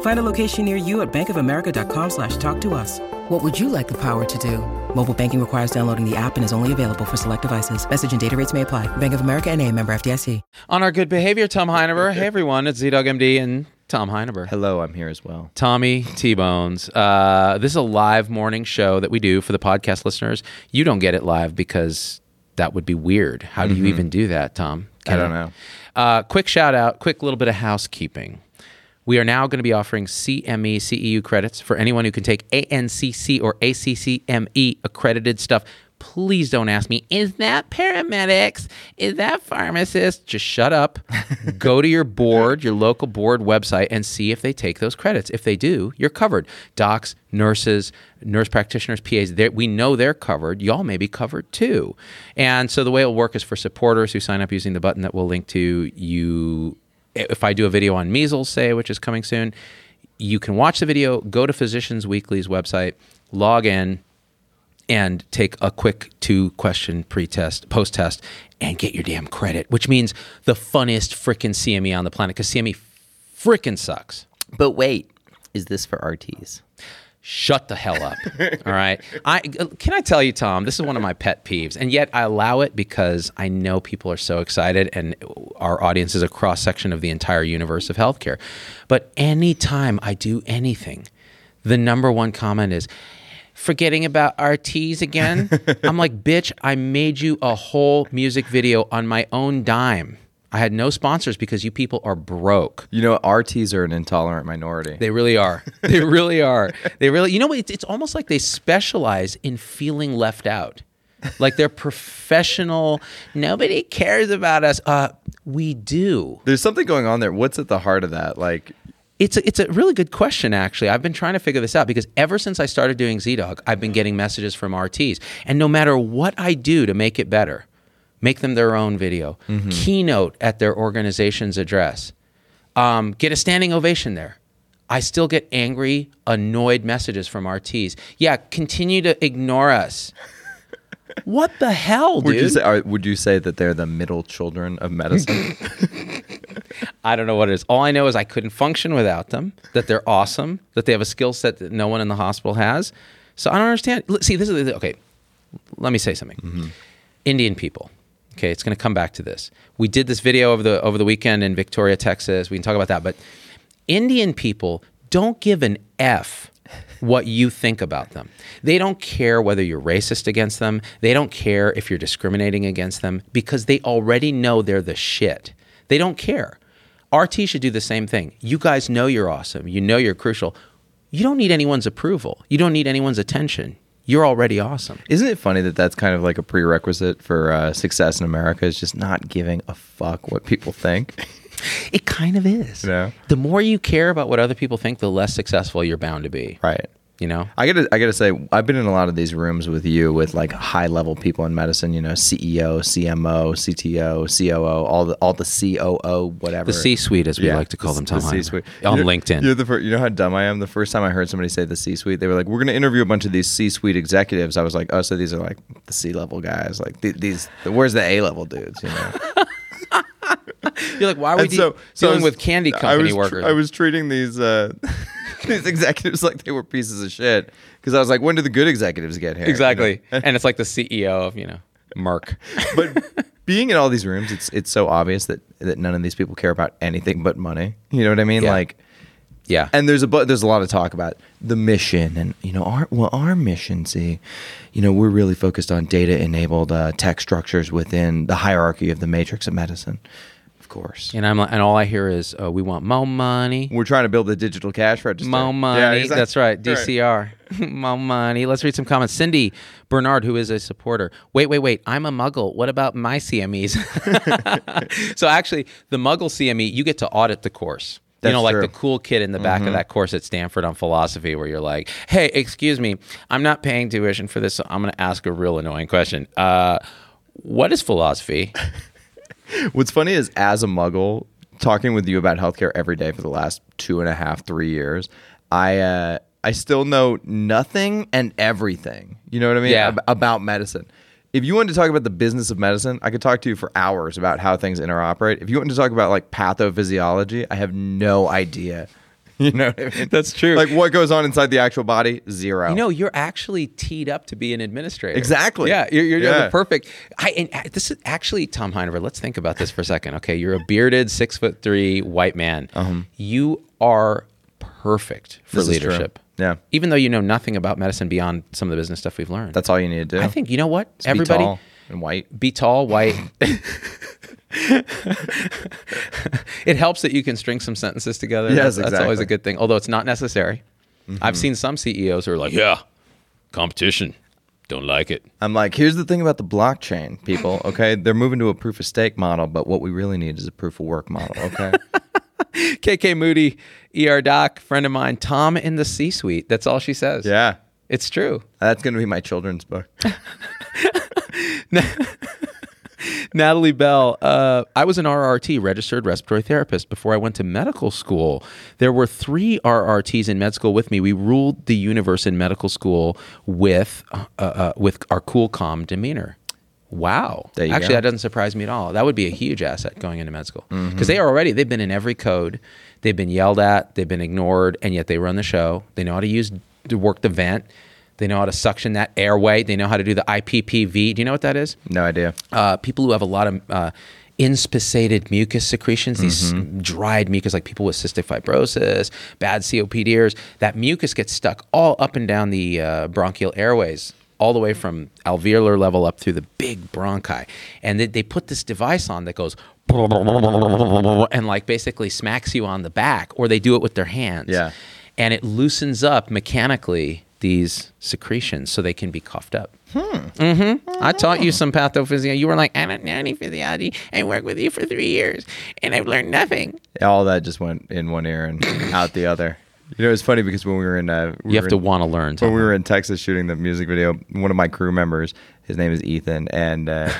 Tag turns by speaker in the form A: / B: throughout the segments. A: Find a location near you at bankofamerica.com slash talk to us. What would you like the power to do? Mobile banking requires downloading the app and is only available for select devices. Message and data rates may apply. Bank of America and a member FDIC.
B: On our good behavior, Tom Heineber. Hey, everyone, it's ZDog MD and Tom Heineber.
C: Hello, I'm here as well.
B: Tommy T Bones. Uh, this is a live morning show that we do for the podcast listeners. You don't get it live because that would be weird. How do you even do that, Tom?
C: Mm-hmm. I don't know.
B: Uh, quick shout out, quick little bit of housekeeping. We are now going to be offering E, CME CEU credits for anyone who can take ANCC or ACCME E accredited stuff. Please don't ask me, is that paramedics? Is that pharmacist? Just shut up. Go to your board, your local board website, and see if they take those credits. If they do, you're covered. Docs, nurses, nurse practitioners, PAs, they- we know they're covered. Y'all may be covered too. And so the way it'll work is for supporters who sign up using the button that we'll link to, you if I do a video on measles, say, which is coming soon, you can watch the video, go to Physicians Weekly's website, log in, and take a quick two question pre-test, post test, and get your damn credit, which means the funniest frickin' CME on the planet because CME E frickin' sucks.
C: But wait, is this for RTs?
B: Shut the hell up. All right. I can I tell you, Tom, this is one of my pet peeves, and yet I allow it because I know people are so excited, and our audience is a cross section of the entire universe of healthcare. But anytime I do anything, the number one comment is forgetting about RTs again. I'm like, bitch, I made you a whole music video on my own dime. I had no sponsors because you people are broke.
C: You know, RTs are an intolerant minority.
B: They really are. They really are. They really, you know, it's, it's almost like they specialize in feeling left out. Like they're professional. Nobody cares about us. Uh, we do.
C: There's something going on there. What's at the heart of that? Like,
B: It's a, it's a really good question, actually. I've been trying to figure this out because ever since I started doing ZDog, I've been getting messages from RTs. And no matter what I do to make it better, make them their own video, keynote at their organization's address, um, get a standing ovation there. I still get angry, annoyed messages from RTs. Yeah, continue to ignore us. what the hell,
C: would you
B: dude?
C: say? Are, would you say that they're the middle children of medicine?
B: I don't know what it is. All I know is I couldn't function without them, that they're awesome, that they have a skill set that no one in the hospital has. So I don't understand. L- See, this is the- okay. Let me say something. Indian people. Okay, it's going to come back to this. We did this video over the over the weekend in Victoria, Texas. We can talk about that, but Indian people don't give an F what you think about them. They don't care whether you're racist against them. They don't care if you're discriminating against them because they already know they're the shit. They don't care. RT should do the same thing. You guys know you're awesome. You know you're crucial. You don't need anyone's approval. You don't need anyone's attention. You're already awesome.
C: Isn't it funny that that's kind of like a prerequisite for uh, success in America? Is just not giving a fuck what people think.
B: It kind of is.
C: Yeah.
B: The more you care about what other people think, the less successful you're bound to be.
C: right.
B: You know?
C: I gotta, I gotta say, I've been in a lot of these rooms with you, with like high level people in medicine. You know, E CEO, CMO, CTO, COO, all the all the COO, whatever.
B: The C suite, as we like to call them, Tom Hyman, on
C: You know-
B: LinkedIn.
C: You're the fir- you know how dumb I am. The first time I heard somebody say the C suite, they were like, "We're going to interview a bunch of these C suite executives." I was like, "Oh, so these are like the C level guys? Like th- these? Where's the A level dudes?" You know.
B: You're like, why are we
C: And
B: de-
C: so, so I
B: dealing
C: was-
B: with candy
C: I
B: company
C: was tr-
B: workers?
C: I was treating these uh, these executives like they were pieces of shit because I was like, when do the good executives get here? You know?
B: exactly. and it's like the CEO of, you know, Merck.
C: But being in all these rooms, it's it's so obvious that that none of these people care about anything but money. You know what I mean?
B: Yeah.
C: Like.
B: Yeah.
C: And there's a bu- there's a lot of talk about the mission and you know our well our mission see, you know we're really focused on data enabled uh, tech structures within the hierarchy of the matrix of medicine. Of course.
B: And I'm like, and all I hear is, uh, "We want more money,
C: We're trying to build the digital cash register.
B: more money."
C: Yeah, exactly.
B: That's right, DCR, more money. Let's read some comments. Cindy Bernard, who is a supporter. Wait, wait, wait. I'm a Muggle. What about my CMEs? so actually, the Muggle CME, you get to audit the course. you
C: That's
B: know, like
C: true. Mm-hmm.
B: the cool kid in the back of that course at Stanford on philosophy, where you're like, "Hey, excuse me, I'm not paying tuition for this, so I'm going to ask a real annoying question. Uh, what is philosophy?"
C: What's funny is, as a muggle, talking with you about healthcare every day for the last two and a half, three years, I uh, I still know nothing and everything. You know what I mean?
B: Yeah.
C: Ab- about medicine. If you wanted to talk about the business of medicine, I could talk to you for hours about how things interoperate. If you wanted to talk about like pathophysiology, I have no idea. You know what I mean?
B: That's true.
C: Like what goes on inside the actual body? Zero.
B: You know, you're actually teed up to be an administrator.
C: Oh. Exactly.
B: Yeah, you're, you're doing
C: Yeah.
B: the perfect. I and uh, this is actually Tom Heinever. Let's think about this for a second. Okay, you're a bearded, six foot three white man. You are perfect for
C: Uh-huh. This is true.
B: leadership.
C: Yeah.
B: Even though you know nothing about medicine beyond some of the business stuff we've learned.
C: That's all you need to do.
B: I think you know what
C: Just be tall and white.
B: be tall, white. it helps that you can string some sentences together.
C: Yes,
B: that's, that's always
C: exactly. Mm-hmm.
B: a good thing. Although it's not necessary. I've seen some CEOs who are like, "Yeah, competition, don't like it."
C: I'm like, here's the thing about the blockchain, people. Okay, they're moving to a proof of stake model, but what we really need is a proof of work model. Okay,
B: KK Moody, ER doc, friend of mine, Tom in the C-suite. That's all she says.
C: yeah,
B: it's true.
C: that's gonna be my children's book.
B: Natalie Bell, uh, I was an RRT, registered respiratory therapist, before I went to medical school. There were three RRTs in med school with me. We ruled the universe in medical school with uh, uh, with our cool, calm demeanor. Wow.
C: There you
B: Actually,
C: go. Mm-hmm.
B: that doesn't surprise me at all. That would be a huge asset going into med school because they are already they've been in every code, they've been yelled at, they've been ignored, and yet they run the show. They know how to use to work the vent. They know how to suction that airway. They know how to do the IPPV. Do you know what that is?
C: No idea.
B: uh, people who have a lot of uh, inspissated mucus secretions, these dried mucus, like people with cystic fibrosis, bad COPDers, that mucus gets stuck all up and down the uh, bronchial airways, all the way from alveolar level up through the big bronchi. And they, they put this device on that goes and like basically smacks you on the back, or they do it with their hands.
C: Yeah.
B: And it loosens up mechanically these secretions so they can be coughed up. I taught you some pathophysiology. You were like, I don't know any physiology. I worked with you for three years and I've learned nothing.
C: All that just went in one ear and out the other. You know, it's funny because when we were in, uh, we
B: You have
C: were
B: to
C: in-
B: want to learn.
C: when
B: Tom.
C: we were in Texas shooting the music video, one of my crew members, his name is Ethan, and uh,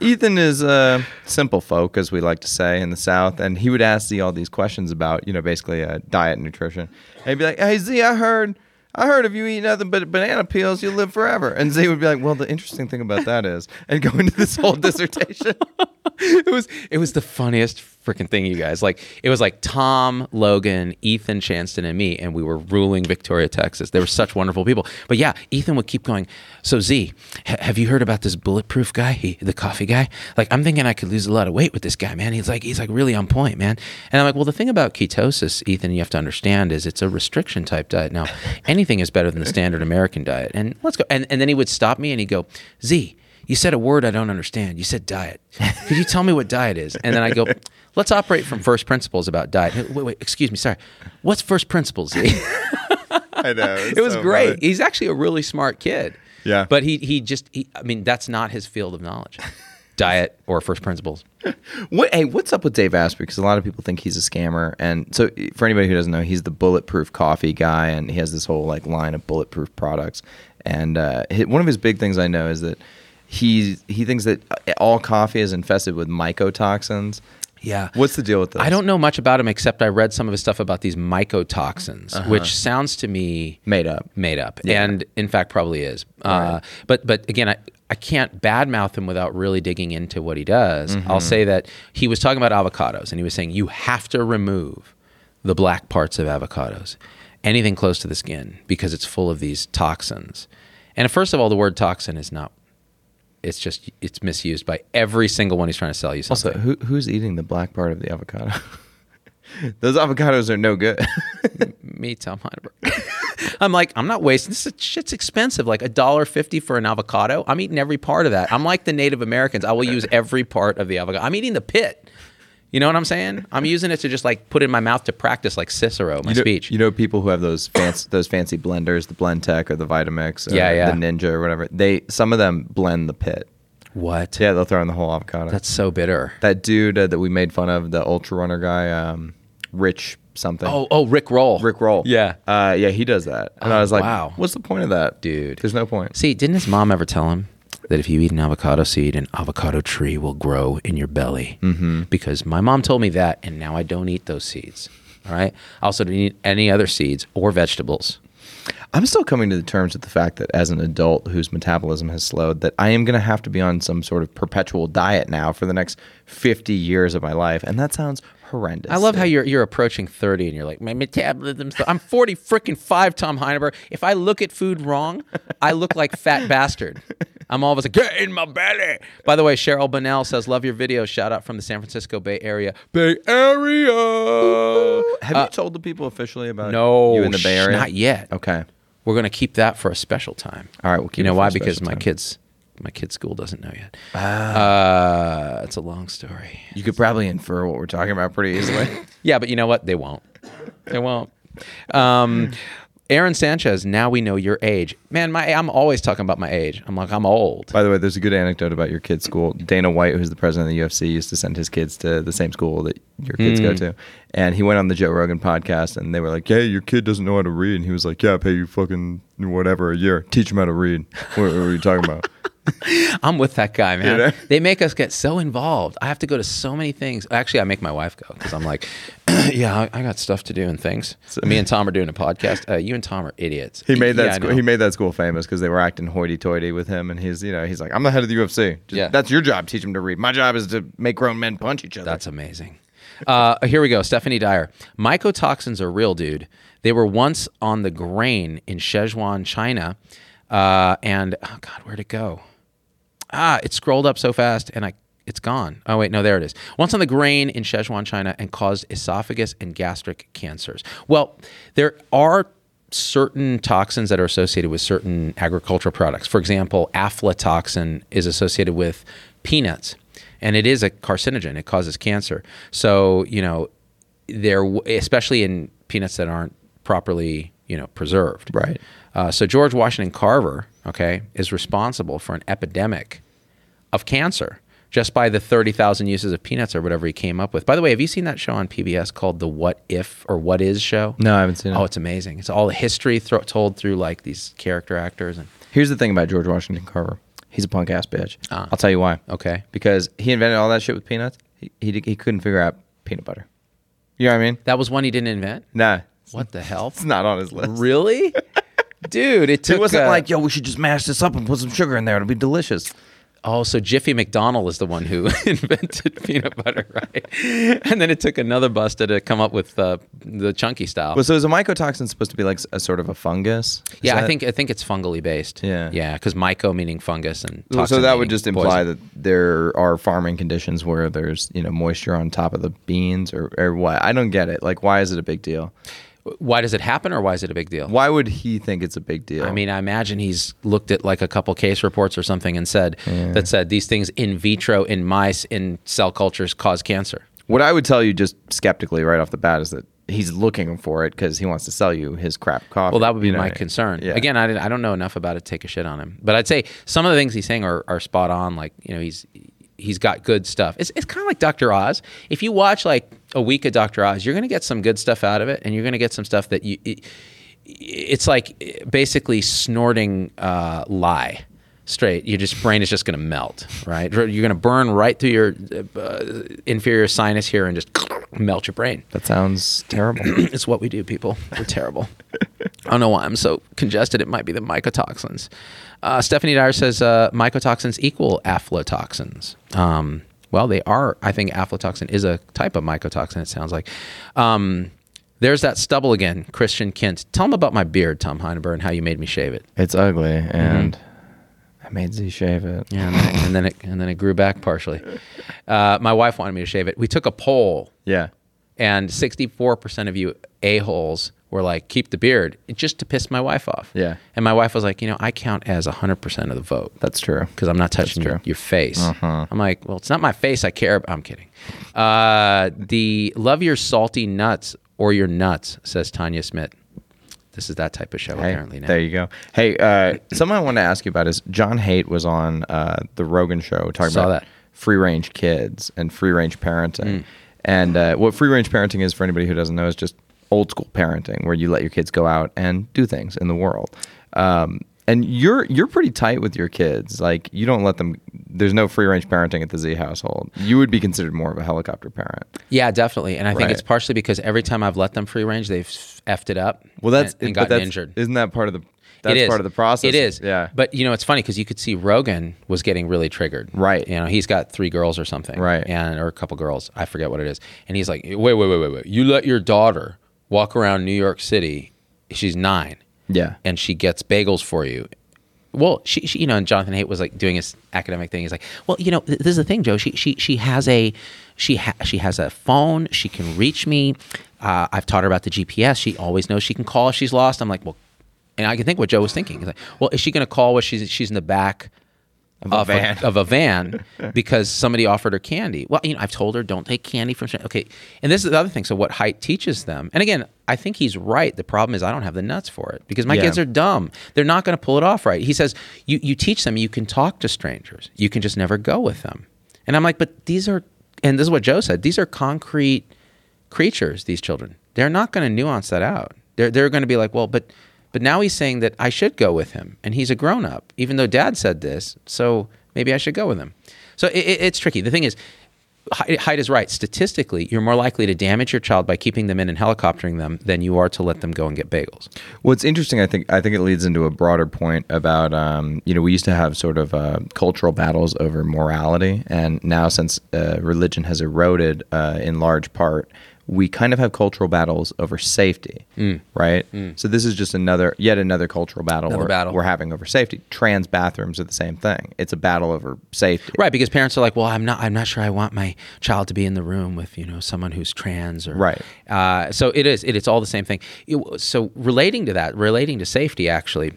C: Ethan is uh, simple folk, as we like to say in the South, and he would ask Z all these questions about, you know, basically uh, diet and nutrition. And he'd be like, "Hey Z, I heard." I heard if you eat nothing but banana peels, you'll live forever. And Z would be like, "Well, the interesting thing about that is," and go into this whole dissertation.
B: it was it was the funniest freaking thing, you guys. Like it was like Tom, Logan, Ethan Chanston, and me, and we were ruling Victoria, Texas. They were such wonderful people. But yeah, Ethan would keep going. So Z, ha- have you heard about this bulletproof guy, he, the coffee guy? Like I'm thinking I could lose a lot of weight with this guy, man. He's like he's like really on point, man. And I'm like, well, the thing about ketosis, Ethan, you have to understand is it's a restriction type diet. Now, anything is better than the standard American diet. And let's go. And and then he would stop me and he'd go, Z. You said a word I don't understand. You said diet. Could you tell me what diet is? And then I go, let's operate from first principles about diet. Wait, wait, excuse me, sorry. What's first principles? it
C: I know. It
B: was great. He's actually a really smart kid.
C: Yeah.
B: But he he just he, I mean, that's not his field of knowledge. diet or first principles.
C: What, hey, what's up with Dave Asprey? Because a lot of people think he's a scammer, and so for anybody who doesn't know, he's the bulletproof coffee guy, and he has this whole like line of bulletproof products. And uh, hi- one of his big things I know is that he he thinks that uh, all coffee is infested with mycotoxins.
B: Yeah.
C: What's the deal with this?
B: I don't know much about him except I read some of his stuff about these mycotoxins, which sounds to me
C: Uh-huh. Made up.
B: made up, and in fact probably is. Uh, but but again, I, I can't badmouth him without really digging into what he does.
C: Mm-hmm.
B: I'll say that he was talking about avocados, and he was saying you have to remove the black parts of avocados, anything close to the skin, because it's full of these toxins. And first of all, the word toxin is not. It's just it's misused by every single one who's trying to sell you something.
C: So who, who's eating the black part of the avocado? Those avocados are no good.
B: me, Tom Heidelberg. I'm like, I'm not wasting this. Shit's expensive, like a dollar fifty for an avocado. I'm eating every part of that. I'm like the Native Americans. I will use every part of the avocado. I'm eating the pit. You know what I'm saying? I'm using it to just like put it in my mouth to practice like Cicero my
C: You know,
B: speech.
C: You know people who have those fancy those fancy blenders, the Blend Tech or the Vitamix or
B: Yeah, yeah.
C: the Ninja or whatever. They some of them blend the pit.
B: what?
C: Yeah, they'll throw in the whole avocado.
B: That's so bitter.
C: that dude uh, that we made fun of, the ultra runner guy, um, Rich something.
B: Oh, oh, Rick Roll.
C: Rick Roll.
B: Yeah.
C: uh, yeah, he does that. And
B: Oh,
C: I was like,
B: wow.
C: what's the point of that,
B: Dude.
C: There's no point.
B: See, didn't his mom ever tell him that if you eat an avocado seed, an avocado tree will grow in your belly? Mm-hmm. Because my mom told me that, and now I don't eat those seeds. All right. I also don't eat any other seeds or vegetables.
C: I'm still coming to the terms with the fact that as an adult whose metabolism has slowed, that I am going to have to be on some sort of perpetual diet now for the next 50 years of my life, and that sounds horrendous.
B: I love how you're you're approaching thirty and you're like my metabolism's. I'm forty freaking five, Tom Heineberg. If I look at food wrong, I look like fat bastard. I'm always like get in my belly. By the way, Cheryl Bonnell says love your video. Shout out from the San Francisco Bay Area. Bay Area.
C: Have you told the people officially about
B: Uh, No,
C: you in the Bay
B: sh-
C: Area?
B: not yet.
C: Okay.
B: We're gonna keep that for a special time.
C: All right, we'll
B: you
C: keep it
B: know
C: for
B: why?
C: a special
B: Because my
C: time. Ah.
B: kids, my kids' school doesn't know yet. Uh, it's a long story.
C: You could probably infer what we're talking about pretty easily.
B: Yeah, but you know what? They won't. They won't. Um, Aaron Sanchez. Now we know your age, man. My I'm always talking about my age. I'm like I'm old.
C: By the way, there's a good anecdote about your kid's school. Dana White, who's the president of the UFC, used to send his kids to the same school that your kids
B: Hmm.
C: go to. And he went on the Joe Rogan podcast and they were like, Hey, your kid doesn't know how to read. And he was like, Yeah, I pay you fucking whatever a year. Teach him how to read. What, what are you talking about?
B: I'm with that guy, man.
C: You know?
B: They make us get so involved. I have to go to so many things. Actually, I make my wife go because I'm like, yeah, I, I got stuff to do and things. Me and Tom are doing a podcast. Uh, you and Tom are idiots.
C: He made that
B: Yeah, I
C: school,
B: know.
C: he made that school famous because they were acting hoity-toity with him, and he's you know he's like I'm the head of the UFC. Just-
B: Yeah.
C: that's your job. Teach him to read. My job is to make grown men punch each other.
B: That's amazing. Uh, here we go. Stephanie Dyer. Mycotoxins are real, dude. They were once on the grain in Sichuan, China. Uh, and oh God, where'd it go? Ah, it scrolled up so fast and I it's gone. Oh wait, no, there it is. Once on the grain in Sichuan, China, and caused esophagus and gastric cancers. Well, there are certain toxins that are associated with certain agricultural products. For example, aflatoxin is associated with peanuts, and it is a carcinogen. It causes cancer. So you know, there, especially in peanuts that aren't properly you know preserved.
C: Right.
B: Uh, so George Washington Carver, okay, is responsible for an epidemic of cancer just by the 30,000 uses of peanuts or whatever he came up with. By the way, have you seen that show on PBS called The What If or What Is Show?
C: No, I haven't seen it.
B: Oh, it's amazing. It's all the history thro- told through like these character actors and
C: Here's the thing about George Washington Carver. He's a punk ass bitch. I'll tell you why.
B: Okay.
C: Because he invented all that shit with peanuts. He, he, he couldn't figure out peanut butter. You know what I mean?
B: that was one he didn't invent?
C: Nah.
B: What the hell?
C: It's not on his list.
B: Really? Dude, it took
C: It wasn't
B: uh,
C: like, yo, we should just mash this up and put some sugar in there. It'll be delicious.
B: Oh, so Jiffy McDonald is the one who invented peanut butter, right? And then it took another buster to come up with uh, the chunky style.
C: Well, so is a mycotoxin supposed to be like a sort of a fungus? Is
B: yeah, I
C: that-
B: think I think it's fungally based.
C: Yeah.
B: yeah, because myco meaning fungus and
C: Well, so
B: toxin
C: that would
B: meaning
C: just
B: poison.
C: imply that there are farming conditions where there's you know moisture on top of the beans or, or what? I don't get it. Like, why is it a big deal?
B: Why does it happen, or why is it a big deal?
C: Why would he think it's a big deal?
B: I mean, I imagine he's looked at like a couple case reports or something and said that said these things in vitro in mice in cell cultures cause cancer.
C: What I would tell you just skeptically right off the bat is that he's looking for it because he wants to sell you his crap coffee.
B: Well, that would be
C: you know?
B: my concern.
C: Yeah.
B: Again, I, didn't, I don't know enough about it to take a shit on him, but I'd say some of the things he's saying are, are spot on. Like you know, he's he's got good stuff. It's it's kind of like Dr. Oz. If you watch like a week of Dr. Oz, you're gonna get some good stuff out of it, and you're gonna get some stuff that you. It, it's like eh, basically snorting uh, lie straight. Your just brain is just going to melt, right? You're going to burn right through your uh, inferior sinus here and just melt your brain.
C: that sounds terrible.
B: it's what we do, people. We're terrible. I don't know why I'm so congested. It might be the mycotoxins. Uh, Stephanie Dyer says uh, mycotoxins equal aflatoxins. Um, well, they are. I think aflatoxin is a type of mycotoxin. It sounds like. Um, there's that stubble again, Christian Kent. Tell him about my beard, Tom Heineberg, and how you made me shave it.
C: it's ugly, and I made Z shave it.
B: Mm-hmm. Yeah, and then, and then it and then it grew back partially. Uh, my wife wanted me to shave it. We took a poll
C: Yeah.
B: and 64% of you a-holes were like, keep the beard, just to piss my wife off.
C: Yeah.
B: And my wife was like, you know, I count as 100% of the vote
C: That's true.
B: because I'm not touching your,
C: true. Uh-huh.
B: your face. I'm like, well, it's not my face I care about. I'm kidding. Uh, the love your salty nuts or your nuts, says Tanya Smith. This is that type of show,
C: Hey,
B: apparently. Now.
C: There you go. Hey, uh, something I wanted to ask you about is John Haidt was on uh, the Rogan show talking
B: Saw
C: about
B: that. Mm.
C: free range kids and free range parenting. And uh, what free range parenting is for anybody who doesn't know is just old school parenting where you let your kids go out and do things in the world. Um, and you're you're pretty tight with your kids. Like you don't let them. There's no free range parenting at the Z household. You would be considered more of a helicopter parent.
B: Yeah, definitely. And I think
C: Right.
B: it's partially because every time I've let them free range, they've effed it up.
C: Well, that's
B: and, and
C: but
B: gotten
C: that's-
B: injured.
C: Isn't that part of the? That's
B: It is.
C: part of the process.
B: It is.
C: Yeah.
B: But you know, it's funny because you could see Rogan was getting really triggered.
C: Right.
B: You know, he's got three girls or something.
C: Right.
B: And or a couple girls. I forget what it is. And he's like, wait, wait, wait, wait, wait. You let your daughter walk around New York City. She's nine.
C: yeah.
B: And she gets bagels for you. Well, she, she, you know, and Jonathan Haidt was like doing his academic thing. He's like, well, you know, th- this is the thing, Joe. She, she, she has a, she, ha- she has a phone. She can reach me. Uh, I've taught her about the GPS. She always knows she can call if she's lost. I'm like, well, and I can think what Joe was thinking. He's like, well, is she going to call while she's she's in the back of a
C: van.
B: of a van because somebody offered her candy? Well, you know, I've told her don't take candy from. Okay, and this is the other thing. So what Height teaches them, and again, I think he's right. The problem is I don't have the nuts for it because my
C: Yeah.
B: kids are dumb. They're not going to pull it off right. He says you you teach them you can talk to strangers. You can just never go with them. And I'm like, but these are, and this is what Joe said. These are concrete creatures, these children. They're not going to nuance that out. They're, they're going to be like, well, but, but now he's saying that I should go with him and he's a grown up, even though dad said this. So maybe I should go with him. So it, it- it's tricky. The thing is, Hy- Hyde is right. Statistically, you're more likely to damage your child by keeping them in and helicoptering them than you are to let them go and get bagels.
C: What's interesting, I think, I think it leads into a broader point about, um, you know, we used to have sort of uh, cultural battles over morality, and now since uh, religion has eroded uh, in large part, we kind of have cultural battles over safety, right? So this is just another, yet another cultural battle,
B: Another
C: we're,
B: battle.
C: we're having over safety. Trans bathrooms are the same thing. It's a battle over safety.
B: Right, because parents are like, well, I'm not, I'm not sure I want my child to be in the room with you know someone who's trans or
C: Right.
B: Uh, so it is, it, it's all the same thing. It- so relating to that, relating to safety, actually,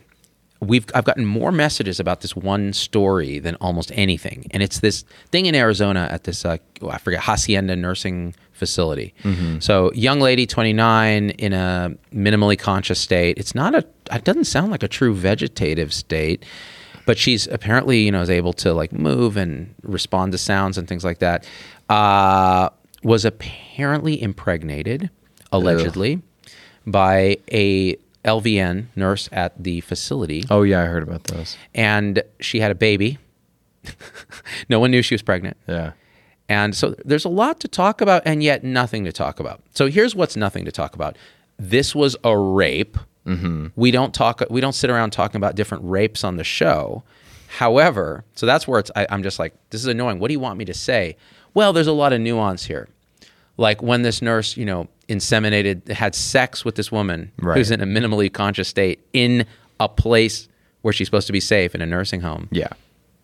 B: we've I've gotten more messages about this one story than almost anything, and it's this thing in Arizona at this uh, oh, I forget hacienda nursing facility. So young lady, 29, in a minimally conscious state. It's not a, it doesn't sound like a true vegetative state but she's apparently you know is able to like move and respond to sounds and things like that uh, was apparently impregnated allegedly by a lvn nurse at the facility
C: Oh yeah, I heard about those.
B: and she had a baby no one knew she was pregnant
C: Yeah.
B: and so there's a lot to talk about and yet nothing to talk about. So here's what's nothing to talk about. This was a rape.
C: Mm-hmm.
B: We don't talk we don't sit around talking about different rapes on the show. However, so that's where it's I, I'm just like, this is annoying. What do you want me to say? Well, there's a lot of nuance here. Like when this nurse, you know, inseminated had sex with this woman
C: Right.
B: who's in a minimally conscious state in a place where she's supposed to be safe in a nursing home.
C: Yeah.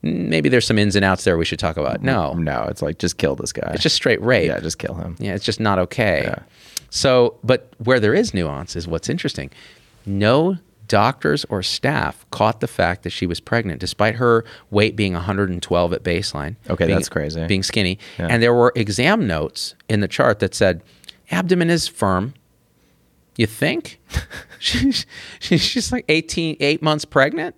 B: Maybe there's some ins and outs there we should talk about. No.
C: No, it's like just kill this guy.
B: It's just straight rape.
C: yeah, just kill him.
B: Yeah, it's just not okay.
C: Yeah.
B: So, but where there is nuance is what's interesting. No doctors or staff caught the fact that she was pregnant, despite her weight being 112 at baseline.
C: Okay,
B: being-
C: that's crazy.
B: Being skinny. And there were exam notes in the chart that said, abdomen is firm. You think? she's, she's just like 18, eight months pregnant?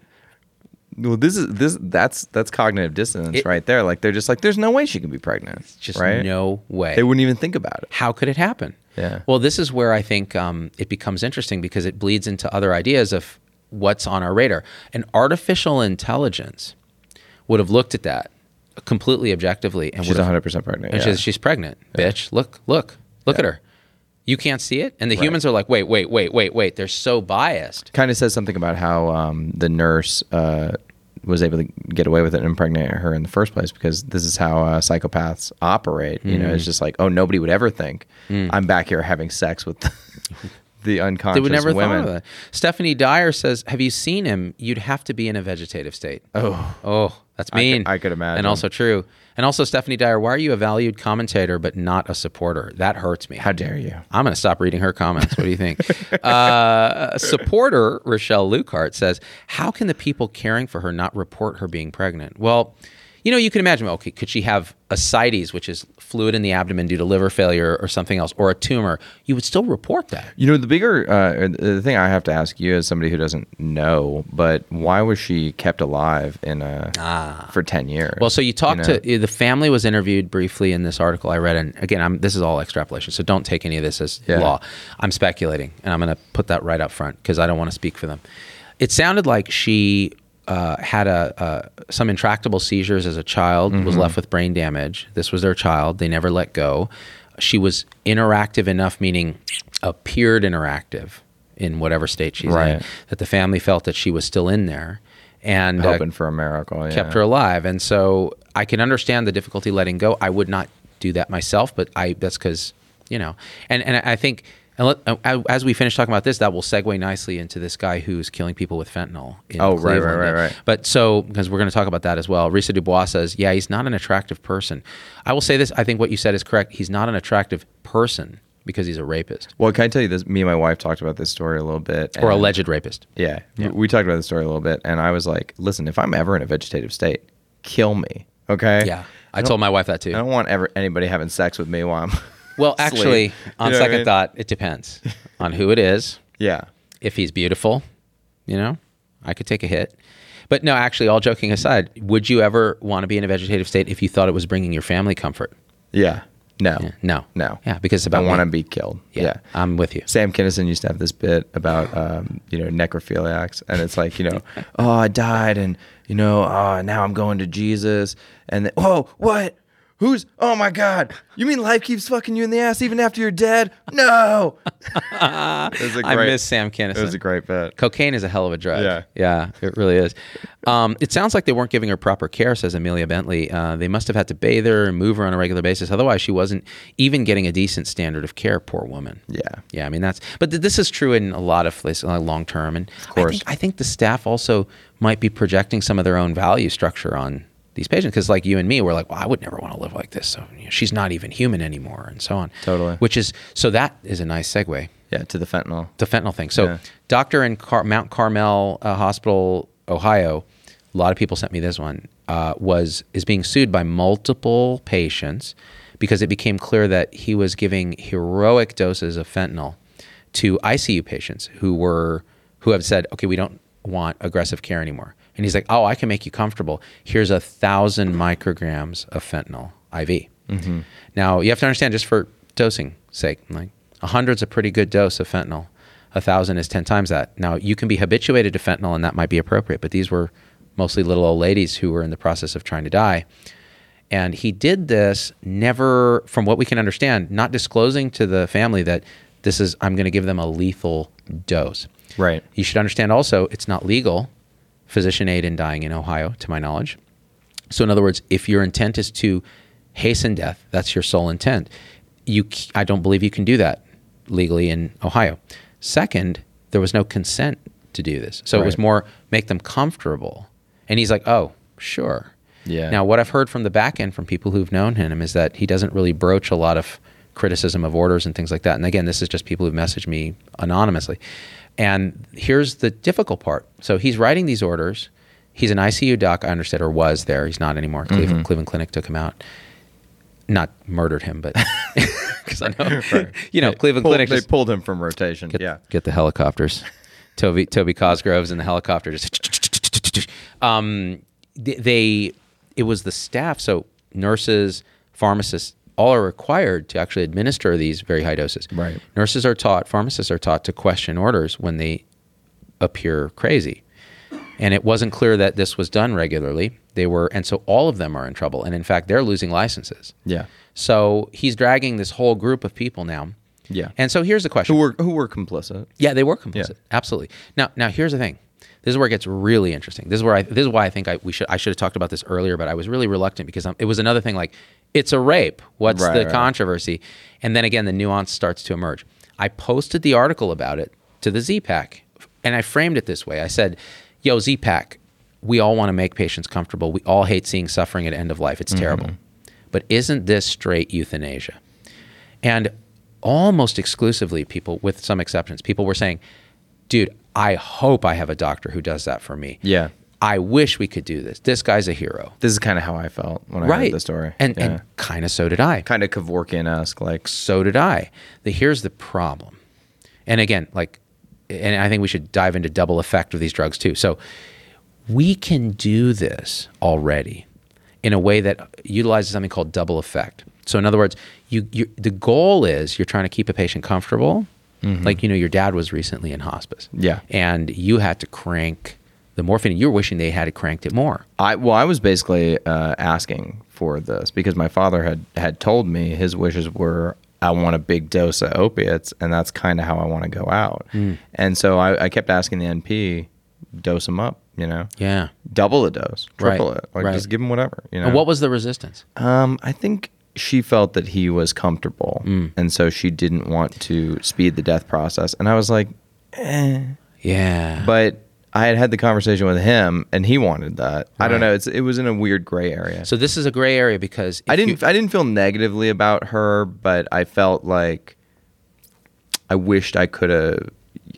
C: Well, this is this that's that's cognitive dissonance
B: It-
C: right there. Like they're just like, there's no way she can be pregnant.
B: Just
C: right?
B: no way.
C: They wouldn't even think about it.
B: how could it happen?
C: Yeah.
B: Well, this is where I think um, it becomes interesting because it bleeds into other ideas of what's on our radar. An artificial intelligence would have looked at that completely objectively and
C: She's
B: would have,
C: 100 percent pregnant.
B: and
C: yeah.
B: she's, she's pregnant, bitch. Look, look, look at her. You can't see it, and the humans are like, wait, wait, wait, wait, wait. They're so biased.
C: kind of says something about how um, the nurse uh, was able to get away with it and impregnate her in the first place because this is how uh, psychopaths operate. You know,
B: Mm.
C: it's just like, oh, nobody would ever think I'm back here having sex with the unconscious
B: They would never
C: women.
B: thought of that. Stephanie Dyer says, "Have you seen him? You'd have to be in a vegetative state." Oh, oh, That's
C: I could-
B: mean.
C: I could imagine.
B: And also true. And also, Stephanie Dyer, why are you a valued commentator but not a supporter? That hurts me.
C: How dare you?
B: I'm going to stop reading her comments. What do you think? uh, supporter Rochelle Lucart says, How can the people caring for her not report her being pregnant? Well, you know, you can imagine, okay, could she have ascites, which is fluid in the abdomen due to liver failure or something else, or a tumor? You would still report that.
C: You know, the bigger uh, the thing I have to ask you as somebody who doesn't know, but why was she kept alive in a for ten years?
B: Ah. Well, so you talked
C: know?
B: to eh, the family was interviewed briefly in this article I read, and again, I'm, this is all extrapolation, so don't take any of this as
C: Yeah.
B: law. I'm speculating, and I'm going to put that right up front because I don't want to speak for them. It sounded like she uh, had a, uh some intractable seizures as a child,
C: Mm-hmm.
B: was left with brain damage. This was their child; they never let go. She was interactive enough, meaning appeared interactive in whatever state she's in,
C: Right.
B: that the family felt that she was still in there. And uh,
C: hoping for a miracle. Yeah.
B: kept her alive. And so I can understand the difficulty letting go. I would not do that myself, but I that's because you know, and and I think. And let, uh, as we finish talking about this, that will segue nicely into this guy who's killing people with fentanyl. In
C: Oh, right, right,
B: Cleveland.
C: right, right.
B: But so, because we're going to talk about that as well. Risa Dubois says, yeah, he's not an attractive person. I will say this. I think what you said is correct. He's not an attractive person because he's a rapist
C: Well, can I tell you this? Me and my wife talked about this story a little bit.
B: or
C: and-
B: alleged rapist.
C: Yeah, we- we talked about the story a little bit, and I was like, "Listen, if I'm ever in a vegetative state, kill me, okay?
B: Yeah. I, told my wife that too.
C: I don't want ever anybody having sex with me while I'm."
B: Well,
C: asleep.
B: actually, on
C: You know what I
B: second
C: mean?
B: thought, it depends on who it is.
C: yeah,
B: if he's beautiful, you know, I could take a hit. But no, actually, all joking aside, would you ever want to be in a vegetative state if you thought it was bringing your family comfort?
C: yeah, no,
B: No.
C: no,
B: Yeah, because it's
C: I
B: about
C: want to
B: me.
C: be killed.
B: Yeah,
C: yeah.
B: I'm with you.
C: Sam Kinison used to have this bit about um, you know necrophiliacs, and it's like you know, oh, I died, and you know, oh, now I'm going to Jesus, and then, whoa, what? Who's? Oh my God! You mean life keeps fucking you in the ass even after you're dead? No. it was a
B: I miss Sam Kinison.
C: It was a great bit.
B: Cocaine is a hell of a drug.
C: Yeah.
B: yeah, it really is. Um, it sounds like they weren't giving her proper care, says Amelia Bentley. Uh, they must have had to bathe her and move her on a regular basis. Otherwise, she wasn't even getting a decent standard of care. Poor woman.
C: Yeah.
B: yeah. I mean, that's but th- this is true in a lot of places, like long term, and of
C: course.
B: I think, I think the staff also might be projecting some of their own value structure on these patients because, like you and me, we're like, well, I would never want to live like this. So you know, she's not even human anymore, and so on.
C: Totally.
B: Which is so that is a nice segue
C: Yeah, to the fentanyl.
B: the fentanyl thing. So,
C: Yeah.
B: doctor in Car- Mount Carmel uh, Hospital, Ohio, a lot of people sent me this one. Uh, was is being sued by multiple patients because it became clear that he was giving heroic doses of fentanyl to ICU patients who were who have said, "Okay, we don't want aggressive care anymore." And he's like, "Oh, I can make you comfortable. Here's a thousand micrograms of fentanyl IV." Now you have to understand, just for dosing sake, like a hundred's a pretty good dose of fentanyl. A thousand is ten times that. Now you can be habituated to fentanyl, and that might be appropriate. But these were mostly little old ladies who were in the process of trying to die. And he did this never, from what we can understand, not disclosing to the family that this is, I'm going to give them a lethal dose.
C: Right.
B: You should understand also, it's not legal physician aid in dying in Ohio, to my knowledge. So, in other words, if your intent is to hasten death, that's your sole intent. You, c- I don't believe you can do that legally in Ohio. Second, there was no consent to do this, so it was
C: Right.
B: more make them comfortable. And he's like, "Oh, sure."
C: Yeah.
B: Now, what I've heard from the back end from people who've known him is that he doesn't really broach a lot of criticism of orders and things like that. And again, this is just people who've messaged me anonymously. And here's the difficult part. So he's writing these orders. He's an ICU doc, I understand, or was there. He's not anymore. Cleveland,
C: Mm-hmm.
B: Cleveland Clinic took him out. Not murdered him, but because I know, you know, Cleveland
C: Pulled-
B: Clinic.
C: they
B: just-
C: pulled him from rotation.
B: get,
C: yeah.
B: get the helicopters. Toby Toby Cosgrove's in the helicopter. Just um, they, they it was the staff. So nurses, pharmacists, all are required to actually administer these very high doses.
C: Right.
B: Nurses are taught, pharmacists are taught to question orders when they appear crazy. And it wasn't clear that this was done regularly. They were, and so all of them are in trouble. And in fact, they're losing licenses.
C: Yeah.
B: So he's dragging this whole group of people now.
C: Yeah.
B: And so here's the question:
C: Who were who were complicit?
B: yeah, they were complicit.
C: Yeah.
B: Absolutely. Now, now here's the thing. This is where it gets really interesting. This is where I. This is why I think I we should I should have talked about this earlier, but I was really reluctant because um it was another thing like it's a rape. What's
C: Right,
B: the
C: right.
B: controversy? And then again, the nuance starts to emerge. I posted the article about it to the Z Pack, and I framed it this way. I said, "Yo, Z Pack, we all want to make patients comfortable. We all hate seeing suffering at end of life. It's terrible. But isn't this straight euthanasia? And almost exclusively, people, with some exceptions, people were saying, dude, I hope I have a doctor who does that for me.
C: Yeah.
B: I wish we could do this. This guy's a hero.
C: This is kind of how I felt when I
B: right.
C: heard the story.
B: And, and kind of so did I.
C: kind of Kevorkian esque, like
B: So did I. The, here's the problem. And again, like, and I think we should dive into double effect of these drugs too. So we can do this already in a way that utilizes something called double effect. So in other words, you, you the goal is you're trying to keep a patient comfortable. Like you know, your dad was recently in hospice.
C: Mm-hmm. Yeah.
B: and you had to crank the morphine. You were wishing they had cranked it more.
C: I well, I was basically uh, asking for this because my father had had told me his wishes were I want a big dose of opiates, and that's kind of how I want to go out.
B: Mm.
C: And so I, I kept asking the NP, dose them up, you know,
B: Yeah.
C: double the dose, triple
B: Right,
C: it, like
B: right.
C: just give him whatever, you know.
B: And what was the resistance?
C: um, I think she felt that he was comfortable,
B: Mm.
C: and so she didn't want to speed the death process. And I was like,
B: Yeah.
C: but. I had had the conversation with him, and he wanted that. I don't know. It's it was in a weird gray area.
B: so this is a gray area because if
C: I
B: you-
C: didn't I didn't feel negatively about her, but I felt like I wished I could have.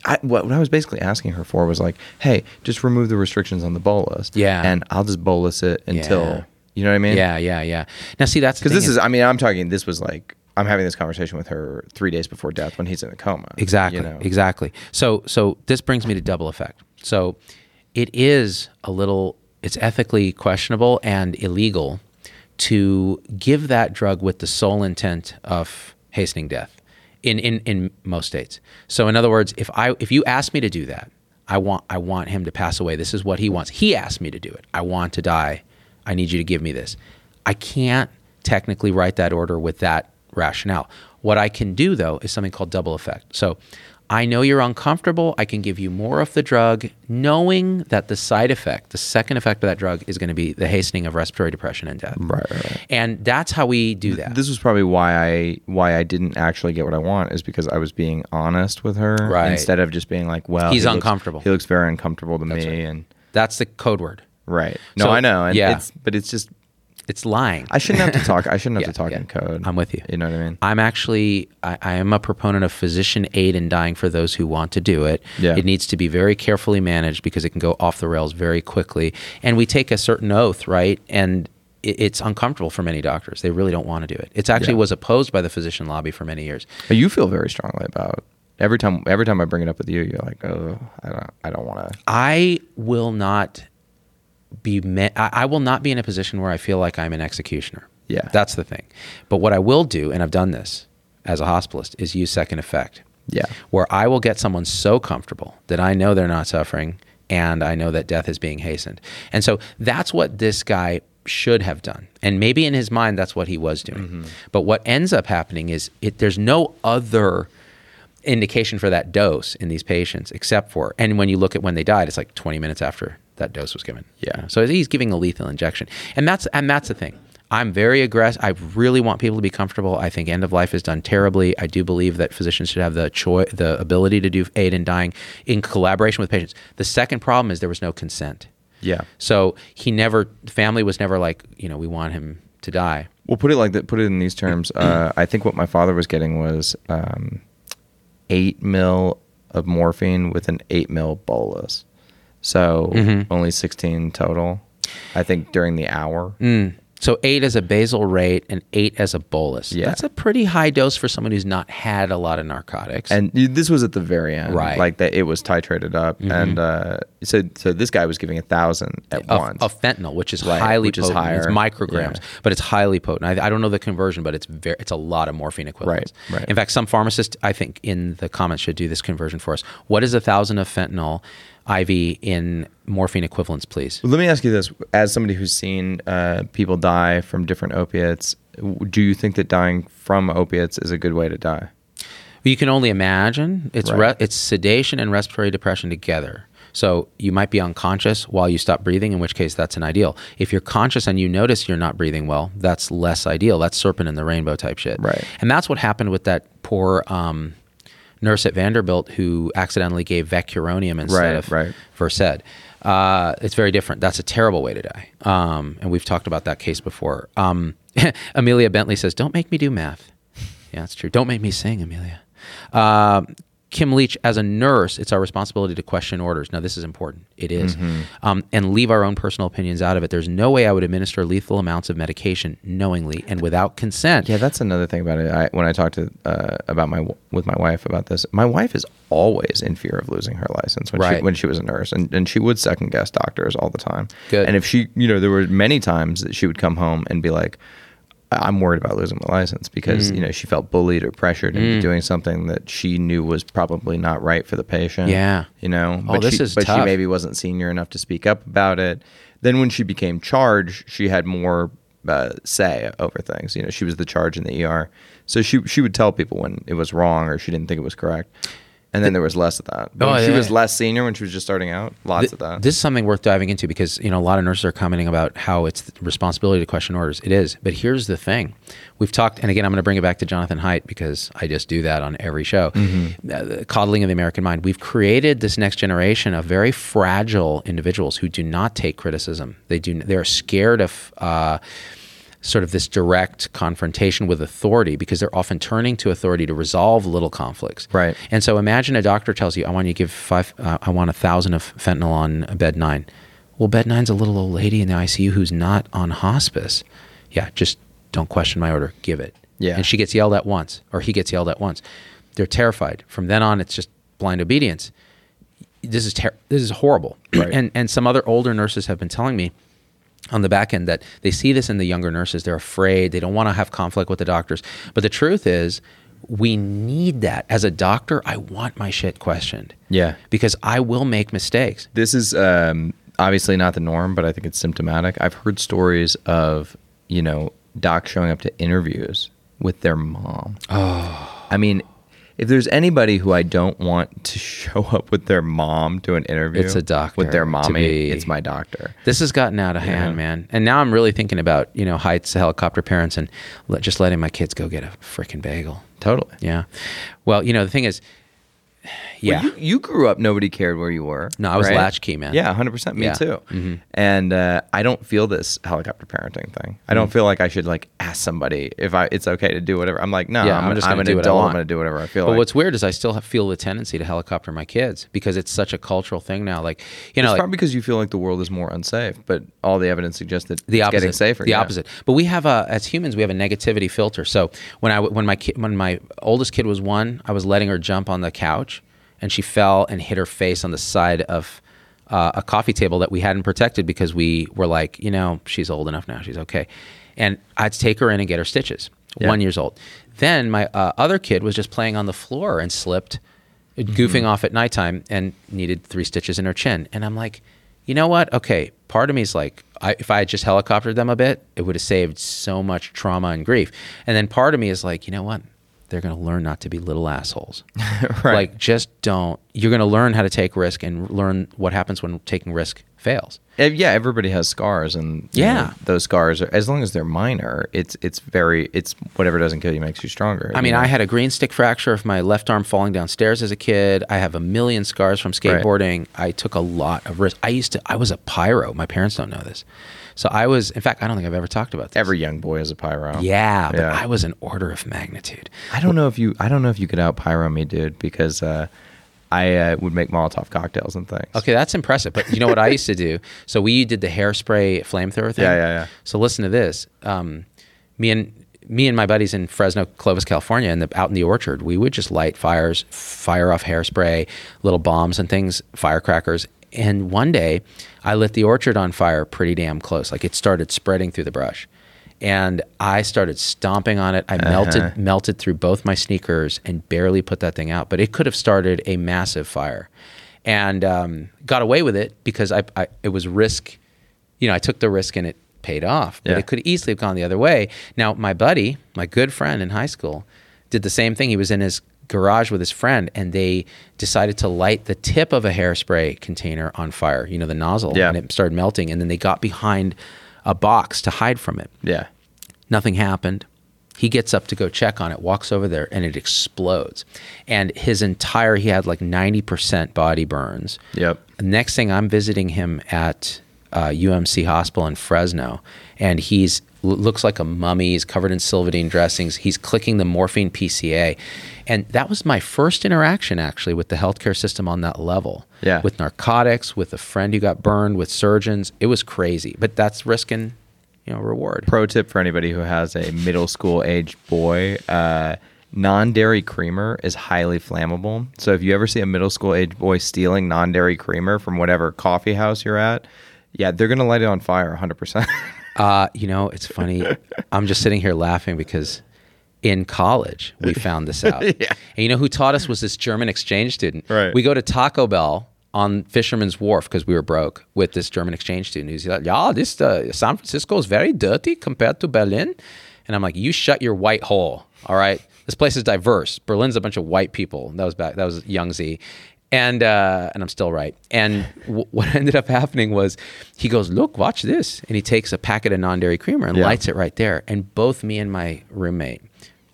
C: I, what, what I was basically asking her for was like, hey, just remove the restrictions on the bolus.
B: Yeah.
C: And I'll just bolus it until,
B: Yeah.
C: you know what I mean?
B: Yeah, yeah, yeah. Now, see, that's the
C: Because
B: thing
C: this is, I mean, I'm talking, this was like, I'm having this conversation with her three days before death when he's in a coma. you
B: exactly,
C: know?
B: exactly. So, so this brings me to double effect. So, it is a little, it's ethically questionable and illegal to give that drug with the sole intent of hastening death in in in most states. So, in other words, if I if you ask me to do that, I want I want him to pass away. This is what he wants. He asked me to do it. I want to die. I need you to give me this. I can't technically write that order with that rationale. What I can do though is something called double effect. So I know you're uncomfortable. I can give you more of the drug, knowing that the side effect, the second effect of that drug, is going to be the hastening of respiratory depression and death.
C: Right, right, right.
B: And that's how we do that.
C: This was probably why I why I didn't actually get what I want is because I was being honest with her
B: Right.
C: instead of just being like, well,
B: He's
C: he looks-
B: uncomfortable.
C: he looks very uncomfortable to me, and
B: that's the code word.
C: Right. No,
B: So-
C: I know. And
B: yeah.
C: it's but it's just
B: It's lying.
C: I shouldn't have to talk. I shouldn't have to
B: Yeah,
C: talk
B: yeah.
C: in code.
B: I'm with you.
C: You know what I mean?
B: I'm actually I, I am a proponent of physician aid in dying for those who want to do it.
C: Yeah.
B: It needs to be very carefully managed because it can go off the rails very quickly. And we take a certain oath, right? And it, it's uncomfortable for many doctors. They really don't want to do it. It's actually
C: Yeah.
B: was opposed by the physician lobby for many years.
C: But you feel very strongly about every time every time I bring it up with you, you're like, Oh, I don't I don't wanna
B: I will not be me- I, I will not be in a position where I feel like I'm an executioner.
C: Yeah.
B: That's the thing. But what I will do, and I've done this as a hospitalist, is use second effect.
C: Yeah.
B: Where I will get someone so comfortable that I know they're not suffering and I know that death is being hastened. And so that's what this guy should have done. And maybe in his mind, that's what he was doing.
C: Mm-hmm.
B: But what ends up happening is it, there's no other indication for that dose in these patients except for and when you look at when they died it's like 20 minutes after that dose was given
C: Yeah.
B: You know, so he's giving a lethal injection and that's and that's the thing i'm very aggressive i really want people to be comfortable i think end of life is done terribly i do believe that physicians should have the choice the ability to do aid in dying in collaboration with patients the second problem is there was no consent
C: Yeah.
B: so he never the family was never like you know we want him to die
C: Well put it like that put it in these terms. Uh, I think what my father was getting was um, eight mil of morphine with an eight mil bolus. So
B: Mm-hmm.
C: only sixteen total. I think during the hour.
B: So eight as a basal rate and eight as a bolus.
C: Yeah.
B: That's a pretty high dose for someone who's not had a lot of narcotics.
C: And you- this was at the very end,
B: Right. Mm-hmm.
C: Like that, it was titrated up, and uh, so so this guy was giving a thousand at
B: of,
C: once.
B: of fentanyl, which is
C: Right,
B: highly
C: which is
B: potent. It's
C: higher.
B: micrograms,
C: Yeah.
B: but it's highly potent. I, I don't know the conversion, but it's very, it's a lot of morphine equivalents.
C: Right, right.
B: In fact, some pharmacists, I think, in the comments should do this conversion for us. What is a thousand of fentanyl IV in morphine equivalents, please?
C: Let me ask you this: as somebody who's seen uh, people die from different opiates, w- do you think that dying from opiates is a good way to die?
B: You can only imagine. It's
C: Right.
B: re- it's sedation and respiratory depression together. So you might be unconscious while you stop breathing, in which case that's an ideal. If you're conscious and you notice you're not breathing well, that's less ideal. That's serpent in the rainbow type shit.
C: Right.
B: And that's what happened with that poor um, nurse at Vanderbilt who accidentally gave vecuronium instead
C: Right,
B: of
C: right.
B: Versed. Uh, it's very different. That's a terrible way to die. Um, and we've talked about that case before. Um, Amelia Bentley says, "Don't make me do math." Yeah, that's true. Don't make me sing, Amelia. Uh, Kim Leach, as a nurse, it's our responsibility to question orders. Now, this is important. It is.
C: Mm-hmm.
B: Um, and leave our own personal opinions out of it. There's no way I would administer lethal amounts of medication knowingly and without consent.
C: Yeah, that's another thing about it. I, when I talked to uh, about my w- with my wife about this, my wife is always in fear of losing her license when
B: Right.
C: she when she was a nurse, and, and she would second guess doctors all the time.
B: Good.
C: And if she, you know, there were many times that she would come home and be like, "I- "I'm worried about losing my license because
B: Mm.
C: you know she felt bullied or pressured into doing something that she knew was probably not right for the patient."
B: Yeah.
C: you know.
B: Oh, this
C: she,
B: is
C: but she
B: tough.
C: maybe maybe wasn't senior enough to speak up about it. Then when she became charge, she had more uh, say over things. You know, she was the charge in the ER, so she she would tell people when it was wrong or she didn't think it was correct. And then there was less of that. But
B: Oh,
C: when she
B: yeah.
C: was less senior when she was just starting out. Lots of that.
B: This is something worth diving into because you know a lot of nurses are commenting about how it's the responsibility to question orders. It is, but here's the thing: we've talked, and again, I'm going to bring it back to Jonathan Haidt because I just do that on every show.
C: Mm-hmm.
B: Uh, the coddling of the American mind. We've created this next generation of very fragile individuals who do not take criticism. They do. They are scared of. Uh, sort of this direct confrontation with authority because they're often turning to authority to resolve little conflicts.
C: Right.
B: And so imagine a doctor tells you, I want you to give five, uh, I want a thousand of fentanyl on bed nine. Well, bed nine's a little old lady in the ICU who's not on hospice. Yeah, just don't question my order. Give it.
C: Yeah.
B: And she gets yelled at once, or he gets yelled at once. They're terrified. From then on, it's just blind obedience. This is ter- this is horrible.
C: Right.
B: and and some other older nurses have been telling me on the back end that they see this in the younger nurses. They're afraid. They don't want to have conflict with the doctors. But the truth is, we need that. As a doctor, I want my shit questioned.
C: Yeah.
B: Because I will make mistakes.
C: This is um, obviously not the norm, but I think it's symptomatic. I've heard stories of you know docs showing up to interviews with their mom. Oh, I mean, if there's anybody who I don't want to show up with their mom to an interview,
B: It's a doctor,
C: with their
B: to
C: mommy.
B: be-
C: It's my doctor.
B: This has gotten out of hand, man. And now I'm really thinking about, you know, heights, helicopter parents, and let, just letting my kids go get a freaking bagel.
C: Totally.
B: Yeah. Well, you know, the thing is, yeah.
C: Well, you, you grew up, nobody cared where you were.
B: No, I was
C: right?
B: latchkey, man.
C: Yeah, 100%. Me
B: Yeah. Mm-hmm.
C: too. And uh, I don't feel this helicopter parenting thing. I
B: Mm-hmm.
C: don't feel like I should like ask somebody if I it's okay to do whatever. I'm like, no,
B: Yeah,
C: I'm,
B: I'm just gonna
C: an
B: do what I
C: adult.
B: want.
C: I'm going to do whatever I feel
B: But
C: like.
B: what's weird is I still have, feel the tendency to helicopter my kids because it's such a cultural thing now. Like, you know,
C: it's
B: like,
C: probably because you feel like the world is more unsafe, but all the evidence suggests that
B: the
C: it's
B: opposite
C: getting safer.
B: the
C: yeah.
B: opposite but we have a as humans we have a negativity filter so when i when my kid when my oldest kid was one i was letting her jump on the couch and she fell and hit her face on the side of uh, a coffee table that we hadn't protected because we were like you know she's old enough now she's okay and i'd take her in and get her stitches
C: Yeah.
B: one years old then my uh, other kid was just playing on the floor and slipped Mm-hmm. goofing off at nighttime and needed three stitches in her chin. And I'm like, you know what? Okay, part of me is like, I, if I had just helicoptered them a bit, it would have saved so much trauma and grief. And then part of me is like, you know what? They're going to learn not to be little assholes. Like, just don't. You're going to learn how to take risk and learn what happens when taking risk fails.
C: Eh, Yeah, everybody has scars, and you know,
B: Yeah.
C: those scars are as long as they're minor. It's it's very it's whatever doesn't kill you makes you stronger.
B: I
C: you
B: mean,
C: know?
B: I had a green stick fracture of my left arm falling downstairs as a kid. I have a million scars from skateboarding. I took a lot of risks. I used to, I was a pyro. My parents don't know this. So I was, in fact, I don't think I've ever talked about this.
C: every young boy is a pyro.
B: Yeah, but
C: Yeah.
B: I was an order of magnitude.
C: I don't know if you I don't know if you could out pyro me, dude, because uh, I uh, would make Molotov cocktails and things.
B: Okay, that's impressive. But you know what I used to do? So we did the hairspray flamethrower thing.
C: Yeah, yeah, yeah.
B: So listen to this. Um, me and me and my buddies in Fresno, Clovis, California, in the, out in the orchard, we would just light fires, fire off hairspray, little bombs and things, firecrackers. And one day, I lit the orchard on fire pretty damn close. Like it started spreading through the brush, and I started stomping on it. I
C: Uh-huh.
B: melted melted through both my sneakers and barely put that thing out. But it could have started a massive fire, and um, got away with it because I, I it was risk you know, I took the risk and it paid off, but
C: Yeah.
B: it could easily have gone the other way. Now, my buddy, my good friend in high school, did the same thing. He was in his garage with his friend and they decided to light the tip of a hairspray container on fire, you know, the nozzle,
C: Yeah.
B: and it started melting. And then they got behind a box to hide from it.
C: Yeah.
B: Nothing happened. He gets up to go check on it, walks over there, and it explodes. And his entire, he had like 90% body burns
C: Yep.
B: Next thing, I'm visiting him at uh, UMC Hospital in Fresno, and he's l- looks like a mummy. He's covered in sylvadine dressings. He's clicking the morphine PCA, and that was my first interaction actually with the healthcare system on that level.
C: Yeah.
B: with narcotics, with a friend who got burned, with surgeons. It was crazy, but that's risk and you know reward.
C: pro tip for anybody who has a middle school age boy uh, non-dairy creamer is highly flammable so if you ever see a middle school age boy stealing non-dairy creamer from whatever coffee house you're at yeah they're gonna light it on fire 100%
B: Uh, you know, it's funny. I'm just sitting here laughing because in college we found this out. And you know who taught us was this German exchange student.
C: Right.
B: We go to Taco Bell on Fisherman's Wharf because we were broke with this German exchange student who's like, "Yeah, this uh, San Francisco is very dirty compared to Berlin," and I'm like, "You shut your white hole, all right? This place is diverse. Berlin's a bunch of white people." That was back. That was Young Z. And, uh, and I'm still right. And w- what ended up happening was he goes, Look, watch this. And he takes a packet of non dairy creamer and
C: Yeah.
B: lights it right there. And both me and my roommate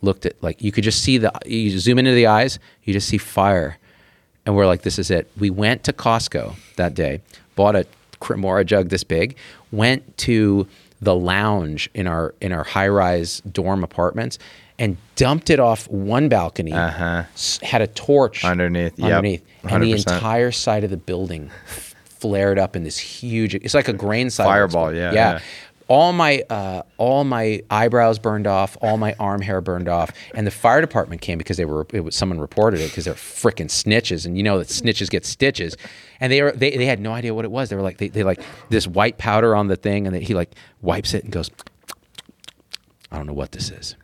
B: looked at, like, you could just see the, you zoom into the eyes, you just see fire. And we're like, this is it. We went to Costco that day, bought a Cremora jug this big, went to the lounge in our in our high rise dorm apartments, and dumped it off one balcony. Uh-huh. Had a torch
C: Underneath, yep.
B: underneath, and the
C: 100%.
B: entire side of the building f- flared up in this huge. It's like a grain silo.
C: Fireball, yeah,
B: yeah.
C: yeah.
B: All my uh, all my eyebrows burned off, all my arm hair burned off, and the fire department came because they were it was, someone reported it because they're freaking snitches, and you know that snitches get stitches, and they were they, they had no idea what it was. They were like they, they like this white powder on the thing, and then he like wipes it and goes, I don't know what this is,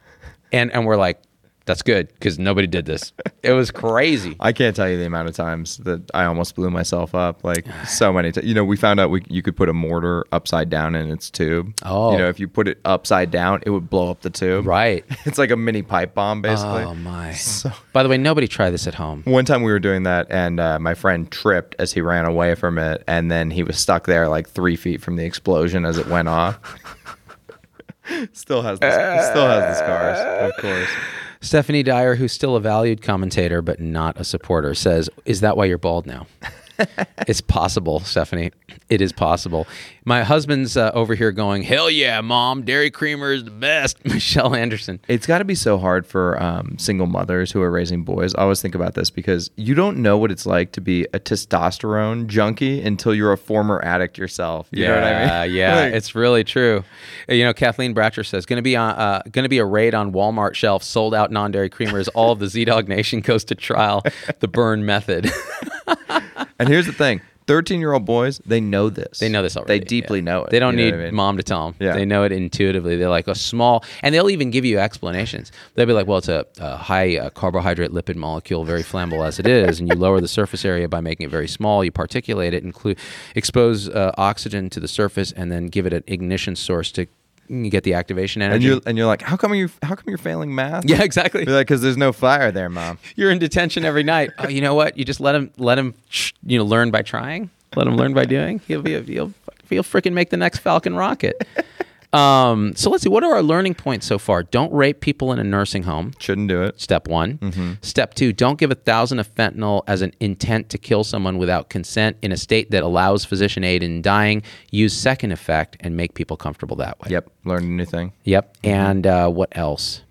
B: and and we're like, that's good because nobody did this. It was crazy.
C: i can't tell you the amount of times that i almost blew myself up like so many times you know we found out we, you could put a mortar upside down in its tube
B: Oh.
C: you know if you put it upside down it would blow up the tube
B: Right.
C: it's like a mini pipe bomb basically
B: Oh my.
C: So-
B: By the way, nobody try this at home.
C: One time we were doing that, and uh, my friend tripped as he ran away from it, and then he was stuck there like three feet from the explosion as it went off. still has the, still has the scars, of course.
B: Stephanie Dyer, who's still a valued commentator but not a supporter, says, "Is that why you're bald now?" it's possible, Stephanie. It is possible. My husband's uh, over here going, "Hell yeah, mom! Dairy creamer is the best." Michelle Anderson.
C: It's got to be so hard for um, single mothers who are raising boys. I always think about this because you don't know what it's like to be a testosterone junkie until you're a former addict yourself. You know what I mean?
B: Yeah, yeah,
C: Like-
B: it's really true. You know, Kathleen Bratcher says going to be on uh, going to be a raid on Walmart shelf sold out non dairy creamers. All of the Z Dog Nation goes to trial. The burn method.
C: And here's the thing 13 year old boys, they know this.
B: They know this already.
C: They deeply
B: yeah.
C: know it.
B: They don't
C: You know
B: need
C: what I mean?
B: mom to tell them.
C: Yeah.
B: They know it intuitively. They're like a small, and they'll even give you explanations. They'll be like, "Well, it's a, a high uh, carbohydrate lipid molecule, very flammable as it is, and you lower the surface area by making it very small. You particulate it, include expose uh, oxygen to the surface, and then give it an ignition source to get the activation
C: and
B: energy."
C: you're and you're like, how come you how come you're failing math?
B: yeah, exactly.
C: You're like, because there's no fire there, mom.
B: You're in detention every night. Oh, you know what? You just let him let him you know learn by trying. Let him learn by doing. He'll be he'll he'll freaking make the next Falcon rocket. Um, so let's see. What are our learning points so far? Don't rape people in a nursing home.
C: Shouldn't do it.
B: Step one. Step two. Don't give a thousand of fentanyl as an intent to kill someone without consent in a state that allows physician aid in dying. Use second effect and make people comfortable that way.
C: Yep. Learn a new thing.
B: Yep.
C: Mm-hmm.
B: And uh, what else?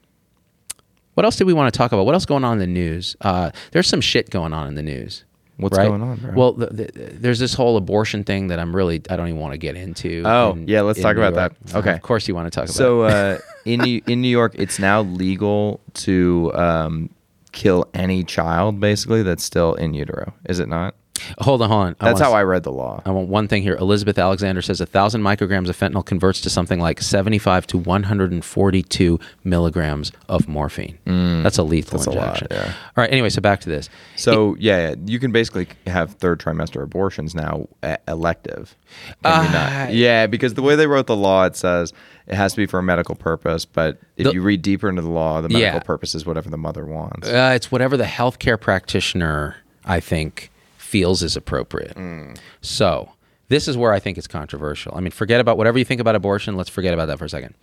B: What else do we want to talk about? What else going on in the news? Uh, there's some shit going on in the news.
C: What's
B: right?
C: going on, bro?
B: Well, the, the, there's this whole abortion thing that I'm really I don't even want to get into.
C: Oh, yeah, let's talk about that. Okay.
B: of course you want to talk about.
C: So uh, in New- in New York, it's now legal to um, kill any child basically that's still in utero. Is it not?
B: it. hold on, hold on.
C: That's
B: wanna
C: how I read the law.
B: I want one thing here. Elizabeth Alexander says a thousand micrograms of fentanyl converts to something like 75 to 142 milligrams of morphine. that's a lethal
C: Mm. That's a lot,
B: injection.
C: yeah.
B: All right. Anyway, so back to this.
C: So yeah, yeah, you can basically have third trimester abortions now e- elective. Can we
B: Ah.
C: not? Yeah, because the way they wrote the law, it says it has to be for a medical purpose. But if
B: The-
C: you read deeper into the law, the medical
B: Yeah.
C: purpose is whatever the mother wants.
B: Uh, it's whatever the healthcare practitioner I think feels is appropriate.
C: Mm.
B: So this is where I think it's controversial. I mean, forget about whatever you think about abortion. Let's forget about that for a second.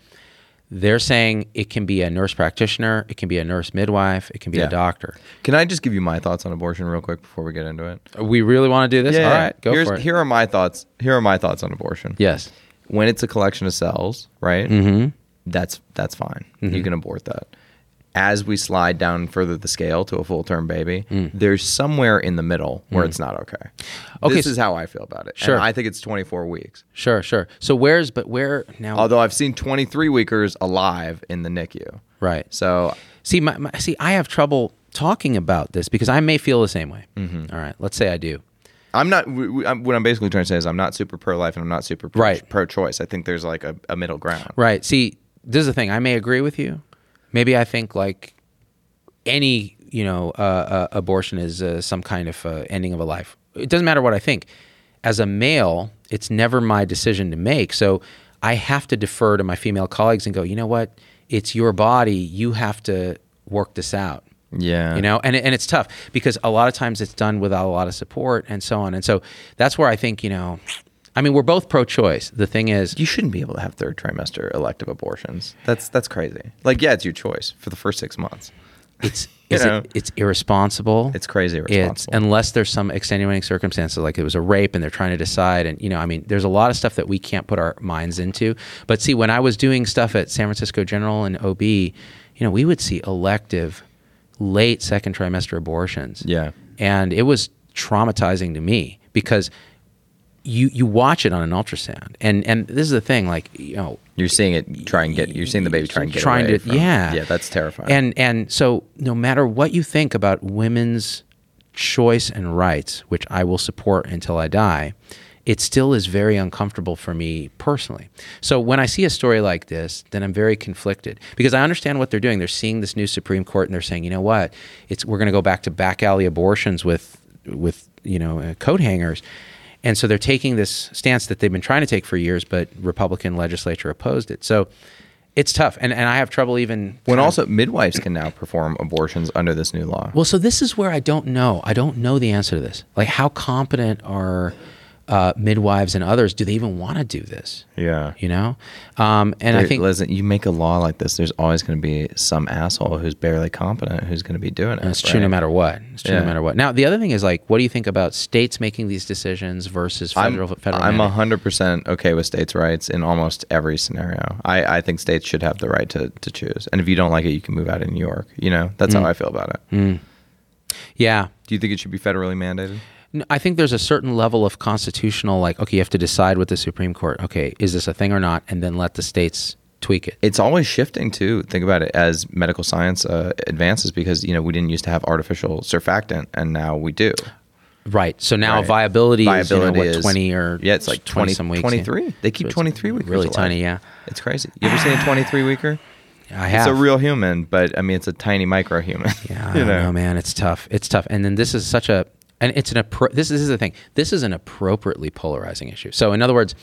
B: They're saying it can be a nurse practitioner, it can be a nurse midwife, it can be
C: Yeah.
B: a doctor.
C: Can I just give you my thoughts on abortion real quick before we get into it?
B: We really want to do this? All right, go
C: Here's,
B: for it.
C: Here are my thoughts. Here are my thoughts on abortion.
B: Yes.
C: When it's a collection of cells, right? Mm-hmm. That's that's fine.
B: Mm-hmm.
C: You can abort that. As we slide down further the scale to a full term baby,
B: Mm.
C: there's somewhere in the middle where it's not okay.
B: Okay,
C: This
B: so-
C: is how I feel about it.
B: Sure.
C: And I think it's 24 weeks.
B: Sure, sure. So where's but where now?
C: Although I've seen 23 weekers alive in the NICU.
B: right.
C: So
B: See, my, my, see, I have trouble talking about this because I may feel the same way.
C: Mm-hmm.
B: All right, let's say I do.
C: I'm not. w- w- I'm- What I'm basically trying to say is I'm not super pro life and I'm not super pro-
B: Right.
C: pro-choice. I think there's like a, a middle ground.
B: Right. See, this is the thing. I may agree with you. Maybe I think like any you know uh, uh, abortion is uh, some kind of uh, ending of a life. It doesn't matter what I think. As a male, it's never my decision to make. So I have to defer to my female colleagues and go. You know what? It's your body. You have to work this out.
C: Yeah.
B: You know, and and it's tough because a lot of times it's done without a lot of support and so on. And so that's where I think you know. I mean, we're both pro-choice. The thing is,
C: You shouldn't be able to have third trimester elective abortions. That's that's crazy. Like, yeah, it's your choice for the first six months.
B: it's
C: You
B: is
C: know.
B: it, it's irresponsible.
C: It's crazy
B: It's
C: irresponsible.
B: unless there's some extenuating circumstances, like it was a rape, and they're trying to decide. And you know, I mean, there's a lot of stuff that we can't put our minds into. But see, when I was doing stuff at San Francisco General and OB, you know, we would see elective, late second trimester abortions.
C: Yeah.
B: and it was traumatizing to me because you you watch it on an ultrasound, and and this is the thing, like you know,
C: You're seeing it try and get. You're seeing the baby try and get
B: trying
C: away
B: to
C: from-
B: yeah
C: Yeah, that's terrifying.
B: and and so no matter what you think about women's choice and rights which i will support until i die it still is very uncomfortable for me personally so when i see a story like this then i'm very conflicted because i understand what they're doing they're seeing this new supreme court and they're saying you know what it's we're going to go back to back alley abortions with with you know uh, coat hangers and so they're taking this stance that they've been trying to take for years but republican legislature opposed it so it's tough and, and i have trouble even
C: when
B: kind of-
C: also midwives can now perform abortions under this new law.
B: well, so this is where I don't know. I don't know the answer to this. Like, how competent are uh, midwives and others? Do they even want to do this?
C: yeah.
B: You know, um, and I
C: There-
B: think
C: listen, you make a law like this, there's always going to be some asshole who's barely competent who's going to be doing it.
B: it's true no
C: right?
B: matter what. It's true no
C: Yeah.
B: matter what. Now, the other thing is like, what do you think about states making these decisions versus federal federal?
C: I'm
B: mandate?
C: 100% okay with states' rights in almost every scenario. I, I think states should have the right to, to choose. And if you don't like it, you can move out of New York. You know, that's
B: Mm.
C: how I feel about it.
B: yeah.
C: Do you think it should be federally mandated?
B: No, I think there's a certain level of constitutional, like, okay, you have to decide with the Supreme Court. Okay, is this a thing or not? And then let the states tweak it.
C: It's always shifting too. Think about it as medical science uh, advances because, you know, we didn't used to have artificial surfactant and now we do.
B: Right. So now
C: Right.
B: viability,
C: Viability
B: is, you know, what,
C: is-
B: 20 or
C: yeah, it's like 20,
B: some weeks. yeah.
C: 23. They keep
B: So it's
C: 23 weekers
B: Really
C: alive.
B: tiny, yeah.
C: It's crazy. You ever seen a 23 weeker?
B: I
C: It's
B: have.
C: a real human, but I mean, it's a tiny micro human.
B: Yeah, I don't know. man. It's tough. It's tough. And then this is such a, and it's an appro- this, this is the thing. This is an appropriately polarizing issue. So in other words,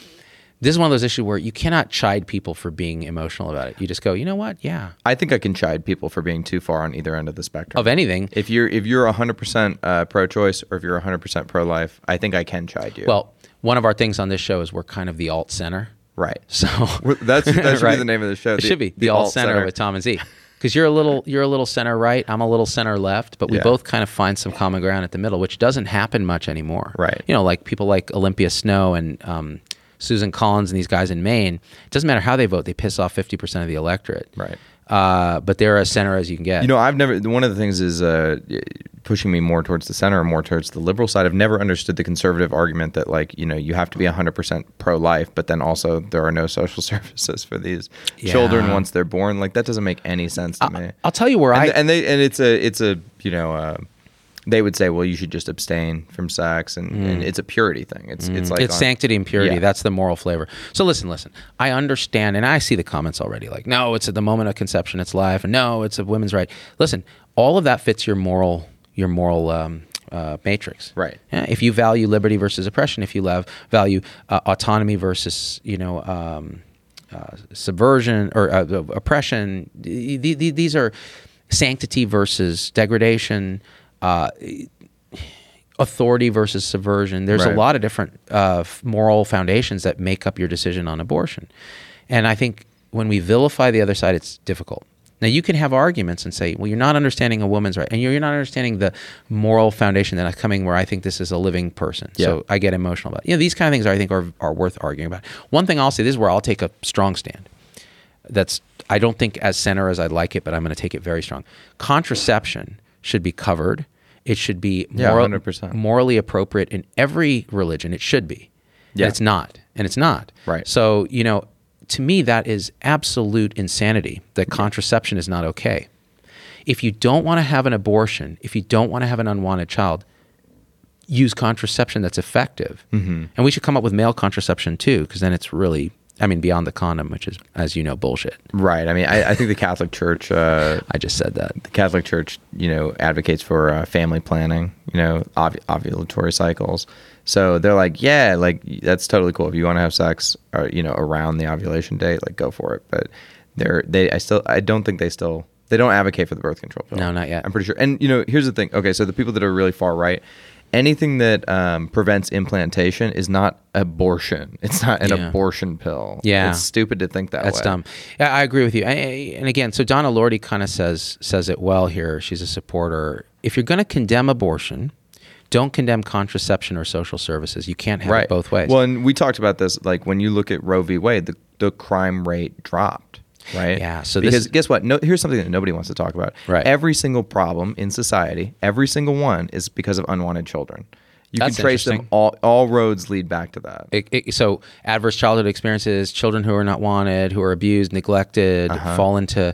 B: this is one of those issues where you cannot chide people for being emotional about it. You just go, you know what? Yeah.
C: I think I can chide people for being too far on either end of the spectrum.
B: Of anything.
C: If you're if you're 100% uh, pro-choice or if you're 100% pro-life, I think I can chide you.
B: Well, one of our things on this show is we're kind of the alt center.
C: right.
B: So
C: We're- that's that should
B: Right.
C: be the name of the show.
B: It should be the, alt center, with Tom and Z. Because you're a little you're a little center right, I'm a little center left, but we
C: Yeah.
B: both kind of find some common ground at the middle, which doesn't happen much anymore.
C: Right.
B: You know, like people like Olympia Snow and um, Susan Collins and these guys in Maine. It doesn't matter how they vote; they piss off fifty percent of the electorate.
C: Right.
B: Uh, but they're as center as you can get.
C: You know, I've never. One of the things is uh, pushing me more towards the center and more towards the liberal side. I've never understood the conservative argument that like you know you have to be 100% pro-life, but then also there are no social services for these children
B: Yeah. Uh,
C: once they're born. Like that doesn't make any sense to me.
B: I'll tell you where I
C: and, and they and it's a it's a you know uh, they would say well you should just abstain from sex and, and it's a purity thing it's it's like
B: Mm. it's
C: on-
B: sanctity and purity.
C: Yeah.
B: That's the moral flavor. So listen, listen. I understand, and I see the comments already. Like, no, it's at the moment of conception, it's life. and No, it's a women's right. Listen, all of that fits your moral, your moral um, uh, matrix.
C: Right.
B: Yeah, if you value liberty versus oppression, if you love value uh, autonomy versus you know um, uh, subversion or uh, uh, oppression, th- th- th- these are sanctity versus degradation. Uh, authority versus subversion. There's a
C: Right.
B: lot of different uh, f- moral foundations that make up your decision on abortion, and I think when we vilify the other side, it's difficult. Now you can have arguments and say, well, you're not understanding a woman's right, and you're, you're not understanding the moral foundation that is coming where I think this is a living person. So I get emotional about. It. You know, these kind of things I think are are worth arguing about. One thing I'll say, this is where I'll take a strong stand. That's I don't think as center as I'd like it, but I'm going to take it very strong. Contraception should be covered. It should be
C: Yeah,
B: moral-
C: 100%.
B: morally appropriate in every religion. It should be.
C: Yeah.
B: And it's not. And it's not.
C: Right.
B: So, you know, to me, that is absolute insanity that contraception is not okay. If you don't want to have an abortion, if you don't want to have an unwanted child, use contraception that's effective.
C: Mm-hmm.
B: And we should come up with male contraception too, because then it's really, I mean, beyond the condom, which is, as you know, bullshit.
C: Right. I mean, I, I think the Catholic Church, uh,
B: I just said that.
C: the Catholic Church, you know, advocates for uh, family planning, you know, ov- ovulatory cycles. So they're like, yeah, like that's totally cool. If you want to have sex, or, you know, around the ovulation date, like go for it. But they're they, I still, I don't think they still, they don't advocate for the birth control pill.
B: No, not yet.
C: I'm pretty sure. And you know, here's the thing. Okay, so the people that are really far right. Anything that um, prevents implantation is not abortion. It's not an
B: Yeah.
C: abortion pill.
B: Yeah.
C: it's stupid to think that
B: That's
C: way.
B: dumb. Yeah, I agree with you. I, I- and again, so Donna Lordy kind of says says it well here. She's a supporter. If you're going to condemn abortion, don't condemn contraception or social services. You can't have it both ways.
C: Well, and we talked about this. Like when you look at Roe v. Wade, the, the crime rate dropped. Right.
B: Yeah, so this-
C: because guess what? No, here's something that nobody wants to talk about.
B: Right.
C: Every single problem in society, every single one, is because of unwanted children. You
B: That's
C: can trace them
B: interesting.
C: all. All roads lead back to that.
B: It- it- so adverse childhood experiences, children who are not wanted, who are abused, neglected,
C: Uh-huh.
B: fall into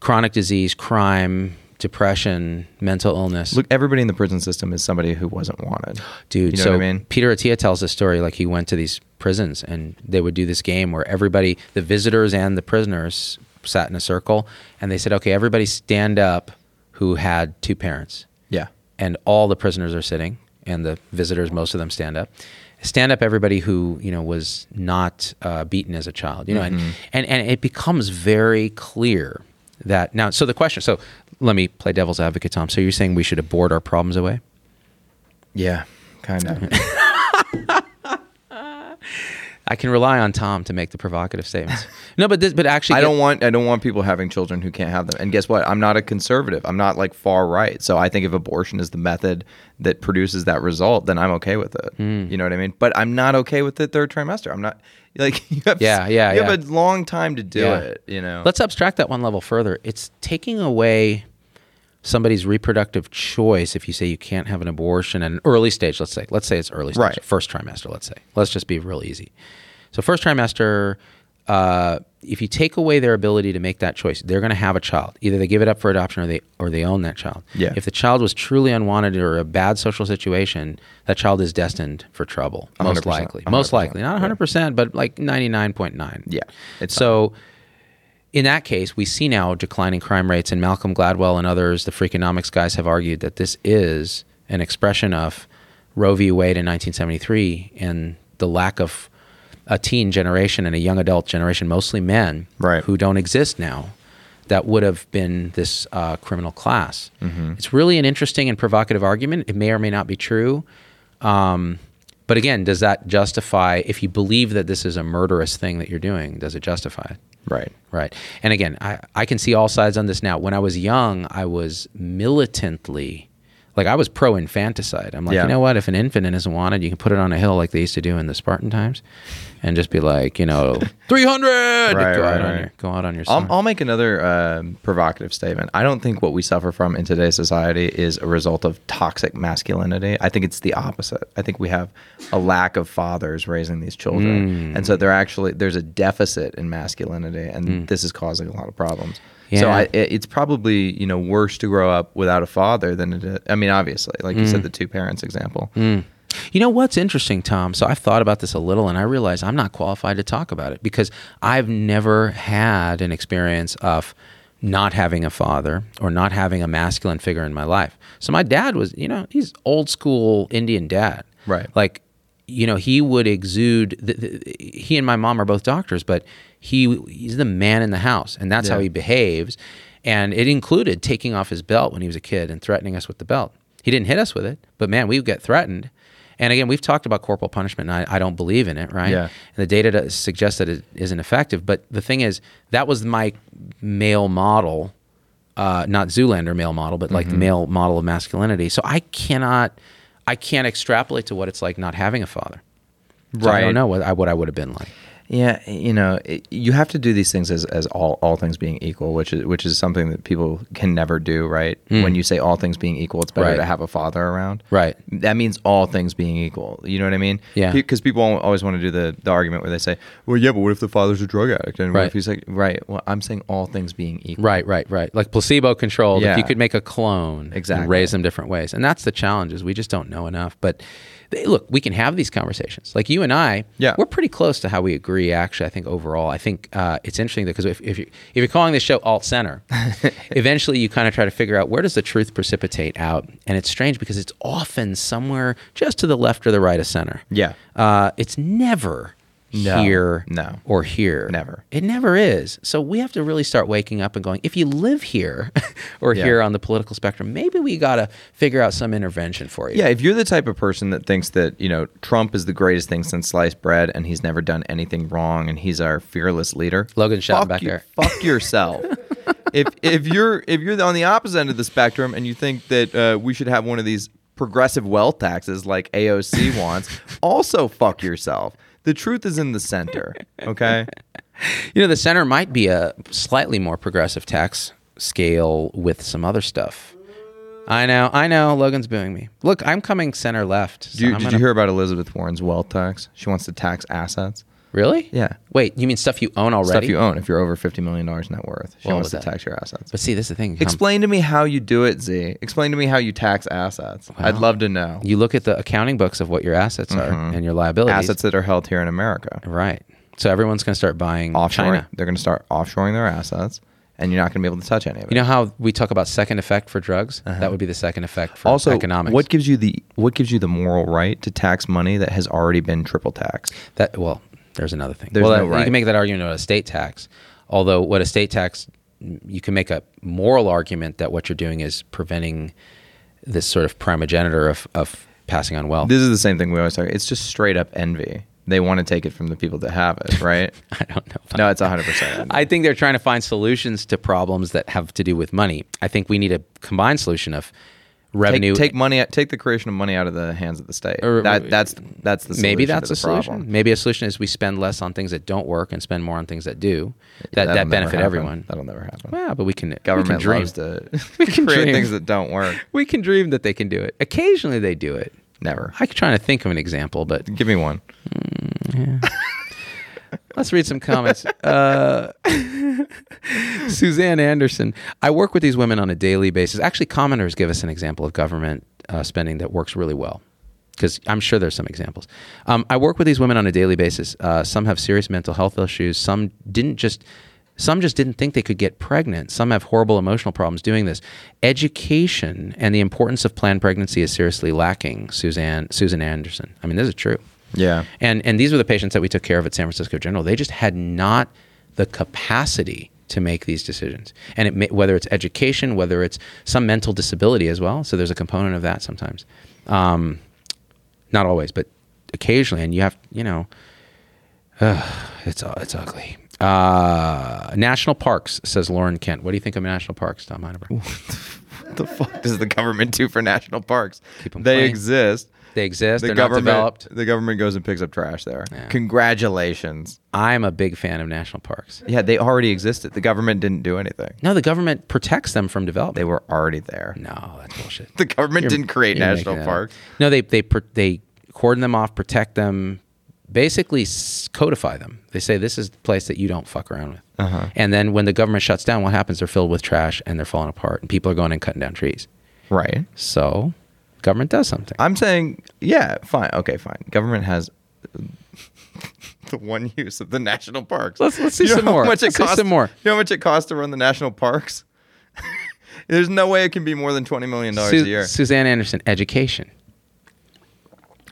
B: chronic disease, crime, depression, mental illness.
C: Look, everybody in the prison system is somebody who wasn't wanted.
B: dude.
C: you know
B: so
C: what I mean?
B: Peter Attia tells this story like he went to these prisons and they would do this game where everybody, the visitors and the prisoners, sat in a circle and they said, "Okay, everybody stand up who had two parents."
C: Yeah.
B: And all the prisoners are sitting and the visitors, most of them stand up. Stand up everybody who, you know, was not uh, beaten as a child, you know,
C: Mm-hmm.
B: and, and, and it becomes very clear that now, so the question, so let me play devil's advocate, Tom. So you're saying we should abort our problems away?
C: Yeah. Kind of.
B: I can rely on Tom to make the provocative statements. No, but this, but actually,
C: I don't want I don't want people having children who can't have them. And guess what? I'm not a conservative. I'm not like far right. So I think if abortion is the method that produces that result, then I'm okay with it.
B: Hmm.
C: You know what I mean? But I'm not okay with the third trimester. I'm not like you have
B: Yeah, yeah,
C: you
B: yeah.
C: have a long time to do
B: Yeah.
C: it, you know.
B: Let's abstract that one level further. It's taking away somebody's reproductive choice if you say you can't have an abortion at an early stage. Let's say, let's say it's early stage,
C: Right.
B: first trimester. Let's say, let's just be real easy. So first trimester, uh, if you take away their ability to make that choice, they're going to have a child. Either they give it up for adoption or they or they own that child.
C: Yeah.
B: If the child was truly unwanted or a bad social situation, that child is destined for trouble, most
C: 100%,
B: likely. Most
C: 100%,
B: likely, not 100%, but like 99.9.
C: Yeah, it's
B: so in that case, we see now declining crime rates, and Malcolm Gladwell and others, the Freakonomics guys, have argued that this is an expression of Roe v. Wade in 1973 and the lack of a teen generation and a young adult generation, mostly men,
C: Right.
B: who don't exist now, that would have been this uh, criminal class. It's really an interesting and provocative argument. It may or may not be true. Um, But again, does that justify, if you believe that this is a murderous thing that you're doing, does it justify it?
C: right.
B: Right. And again, I, I can see all sides on this now. When I was young, I was militantly like I was pro infanticide. I'm like,
C: Yeah.
B: you know what? If an infant isn't wanted, you can put it on a hill like they used to do in the Spartan times and just be like, you know, 300.
C: Right,
B: go,
C: right,
B: out
C: right.
B: On your, go out on your
C: I'll,
B: son.
C: I'll make another um provocative statement. I don't think what we suffer from in today's society is a result of toxic masculinity. I think it's the opposite. I think we have a lack of fathers raising these children, and so they're actually there's a deficit in masculinity, and this is causing a lot of problems. So
B: Yeah.
C: I, it, it's probably you know worse to grow up without a father than it is. I mean, obviously, like you said, the two parents example.
B: You know what's interesting, Tom? So I've thought about this a little and I realize I'm not qualified to talk about it because I've never had an experience of not having a father or not having a masculine figure in my life. So my dad was, you know, he's old school Indian dad.
C: Right.
B: Like, you know, he would exude, th th he and my mom are both doctors, but he he's the man in the house and that's how
C: Yeah.
B: he behaves. And it included taking off his belt when he was a kid and threatening us with the belt. He didn't hit us with it, but man, we would get threatened. And again, we've talked about corporal punishment, and I, I don't believe in it, right?
C: Yeah.
B: And the data does- suggests that it isn't effective. But the thing is, that was my male model, uh, not Zoolander male model, but like the male model of masculinity. So I cannot, I can't extrapolate to what it's like not having a father. So I
C: Right.
B: don't know what I, what I would have been like.
C: Yeah, you know, it, you have to do these things as, as all, all things being equal, which is which is something that people can never do, right? When you say all things being equal, it's better
B: Hmm. Right.
C: to have a father around,
B: Right.
C: That means all things being equal. You know what I mean?
B: Yeah.
C: Because people al- always want to do the, the argument where they say, "Well, yeah, but what if the father's a drug addict?" And what
B: Right.
C: if he's like, "Right, well, I'm saying all things being equal."
B: Right, right, right. Like placebo controlled. If
C: Yeah.
B: you could make a clone
C: Exactly.
B: and raise them different ways. And that's the challenge is we just don't know enough. But they, look, we can have these conversations. Like you and I,
C: Yeah.
B: we're pretty close to how we agree, actually, I think overall. I think uh, it's interesting because if, if, you, if you're calling this show alt center, eventually you kind of try to figure out where does the truth precipitate out. And it's strange because it's often somewhere just to the left or the right of center.
C: Yeah.
B: Uh, it's never
C: No.
B: here
C: No.
B: or here.
C: Never.
B: It never is. So we have to really start waking up and going, if you live here or
C: Yeah.
B: here on the political spectrum, maybe we got to figure out some intervention for you.
C: Yeah, if you're the type of person that thinks that, you know, Trump is the greatest thing since sliced bread and he's never done anything wrong and he's our fearless leader.
B: Logan shouting
C: fuck
B: back
C: you-
B: there.
C: Fuck yourself. if if you're if you're on the opposite end of the spectrum and you think that uh, we should have one of these progressive wealth taxes like AOC wants, also fuck yourself. The truth is in the center, okay?
B: You know, the center might be a slightly more progressive tax scale with some other stuff. I know, I know. Logan's booing me. Look, I'm coming center left. so
C: Do you,
B: I'm
C: did
B: gonna-
C: you hear about Elizabeth Warren's wealth tax? She wants to tax assets.
B: Really?
C: Yeah.
B: Wait, you mean stuff you own already?
C: Stuff you own if you're over $50 million net worth. She
B: What
C: wants
B: was
C: to
B: that? Um,
C: tax your assets.
B: But see, this is the thing. Tom.
C: Explain to me how you do it, Z. Explain to me how you tax assets. I'd love to know.
B: You look at the accounting books of what your assets are and your liabilities.
C: Mm-hmm. Assets that are held here in America.
B: Right. So everyone's going to start buying
C: Offshore.
B: China.
C: They're going to start offshoring their assets, and you're not going to be able to touch any of it.
B: You know how we talk about second effect for drugs? That would be the second effect for
C: Uh-huh. also,
B: economics.
C: what gives you the what gives you the moral right to tax money that has already been triple taxed?
B: that well, there's another thing.
C: There's
B: well,
C: no
B: you
C: right.
B: can make that argument about a state tax. Although what a state tax you can make a moral argument that what you're doing is preventing this sort of primogenitor of, of passing on wealth.
C: This is the same thing we always talk. It's just straight up envy. They want to take it from the people that have it, right?
B: I don't know. if I-
C: no, it's 100. percent
B: I think they're trying to find solutions to problems that have to do with money. I think we need a combined solution of revenue
C: Take, take money, take the creation of money out of the hands of the state.
B: Or-
C: that, that's that's the
B: maybe
C: solution to
B: that's
C: the
B: a solution.
C: problem.
B: Maybe a solution is we spend less on things that don't work and spend more on things that do. That that
C: That'll never
B: benefit
C: happen.
B: everyone.
C: That'll never happen.
B: Wow, but we can we can
C: government
B: dream.
C: loves to
B: can
C: create
B: dream.
C: things that don't work.
B: We can dream that they can do it. Occasionally they do it.
C: Never.
B: I'm trying to think of an example, but
C: Give me one.
B: Let's read some comments. Uh, Suzanne Anderson. I work with these women on a daily basis. Actually, commenters give us an example of government uh, spending that works really well. Because I'm sure there's some examples. Um, I work with these women on a daily basis. Uh, some have serious mental health issues. Some didn't just. Some just didn't think they could get pregnant. Some have horrible emotional problems doing this. Education and the importance of planned pregnancy is seriously lacking. Suzanne Susan Anderson. I mean, this is true.
C: Yeah.
B: And and these were the patients that we took care of at San Francisco General. They just had not the capacity to make these decisions. And it may, whether it's education, whether it's some mental disability as well. So there's a component of that sometimes. Um, not always, but occasionally. And you have, you know, it's it's ugly. Uh, national parks, says Lauren Kent. What do you think of national parks, Tom Heineberg?
C: What the fuck does the government do for national parks?
B: Keep 'em
C: they
B: clean.
C: exist.
B: They exist.
C: The
B: They're
C: government,
B: not developed.
C: the government goes and picks up trash there. Congratulations.
B: I'm a big fan of national parks.
C: Yeah, they already existed. The government didn't do anything.
B: No, the government protects them from development.
C: They were already there.
B: No, that's bullshit.
C: The government didn't create
B: Mm. You're making
C: national
B: that up.
C: parks.
B: No, they they pr- they cordon them off, protect them, basically s- codify them. They say this is the place that you don't fuck around with.
C: Uh-huh.
B: And then when the government shuts down, what happens? They're filled with trash and they're falling apart, and people are going and cutting down trees.
C: Right.
B: So, government does something.
C: I'm saying, yeah, fine. Okay, fine. Government has the one use of the national parks.
B: Let's- let's see
C: You know
B: some
C: how
B: more.
C: much it
B: Let's see
C: costs-
B: some more.
C: You know how much it costs to run the national parks? There's no way it can be more than $20 million a
B: Su-
C: year.
B: Suzanne Anderson, education.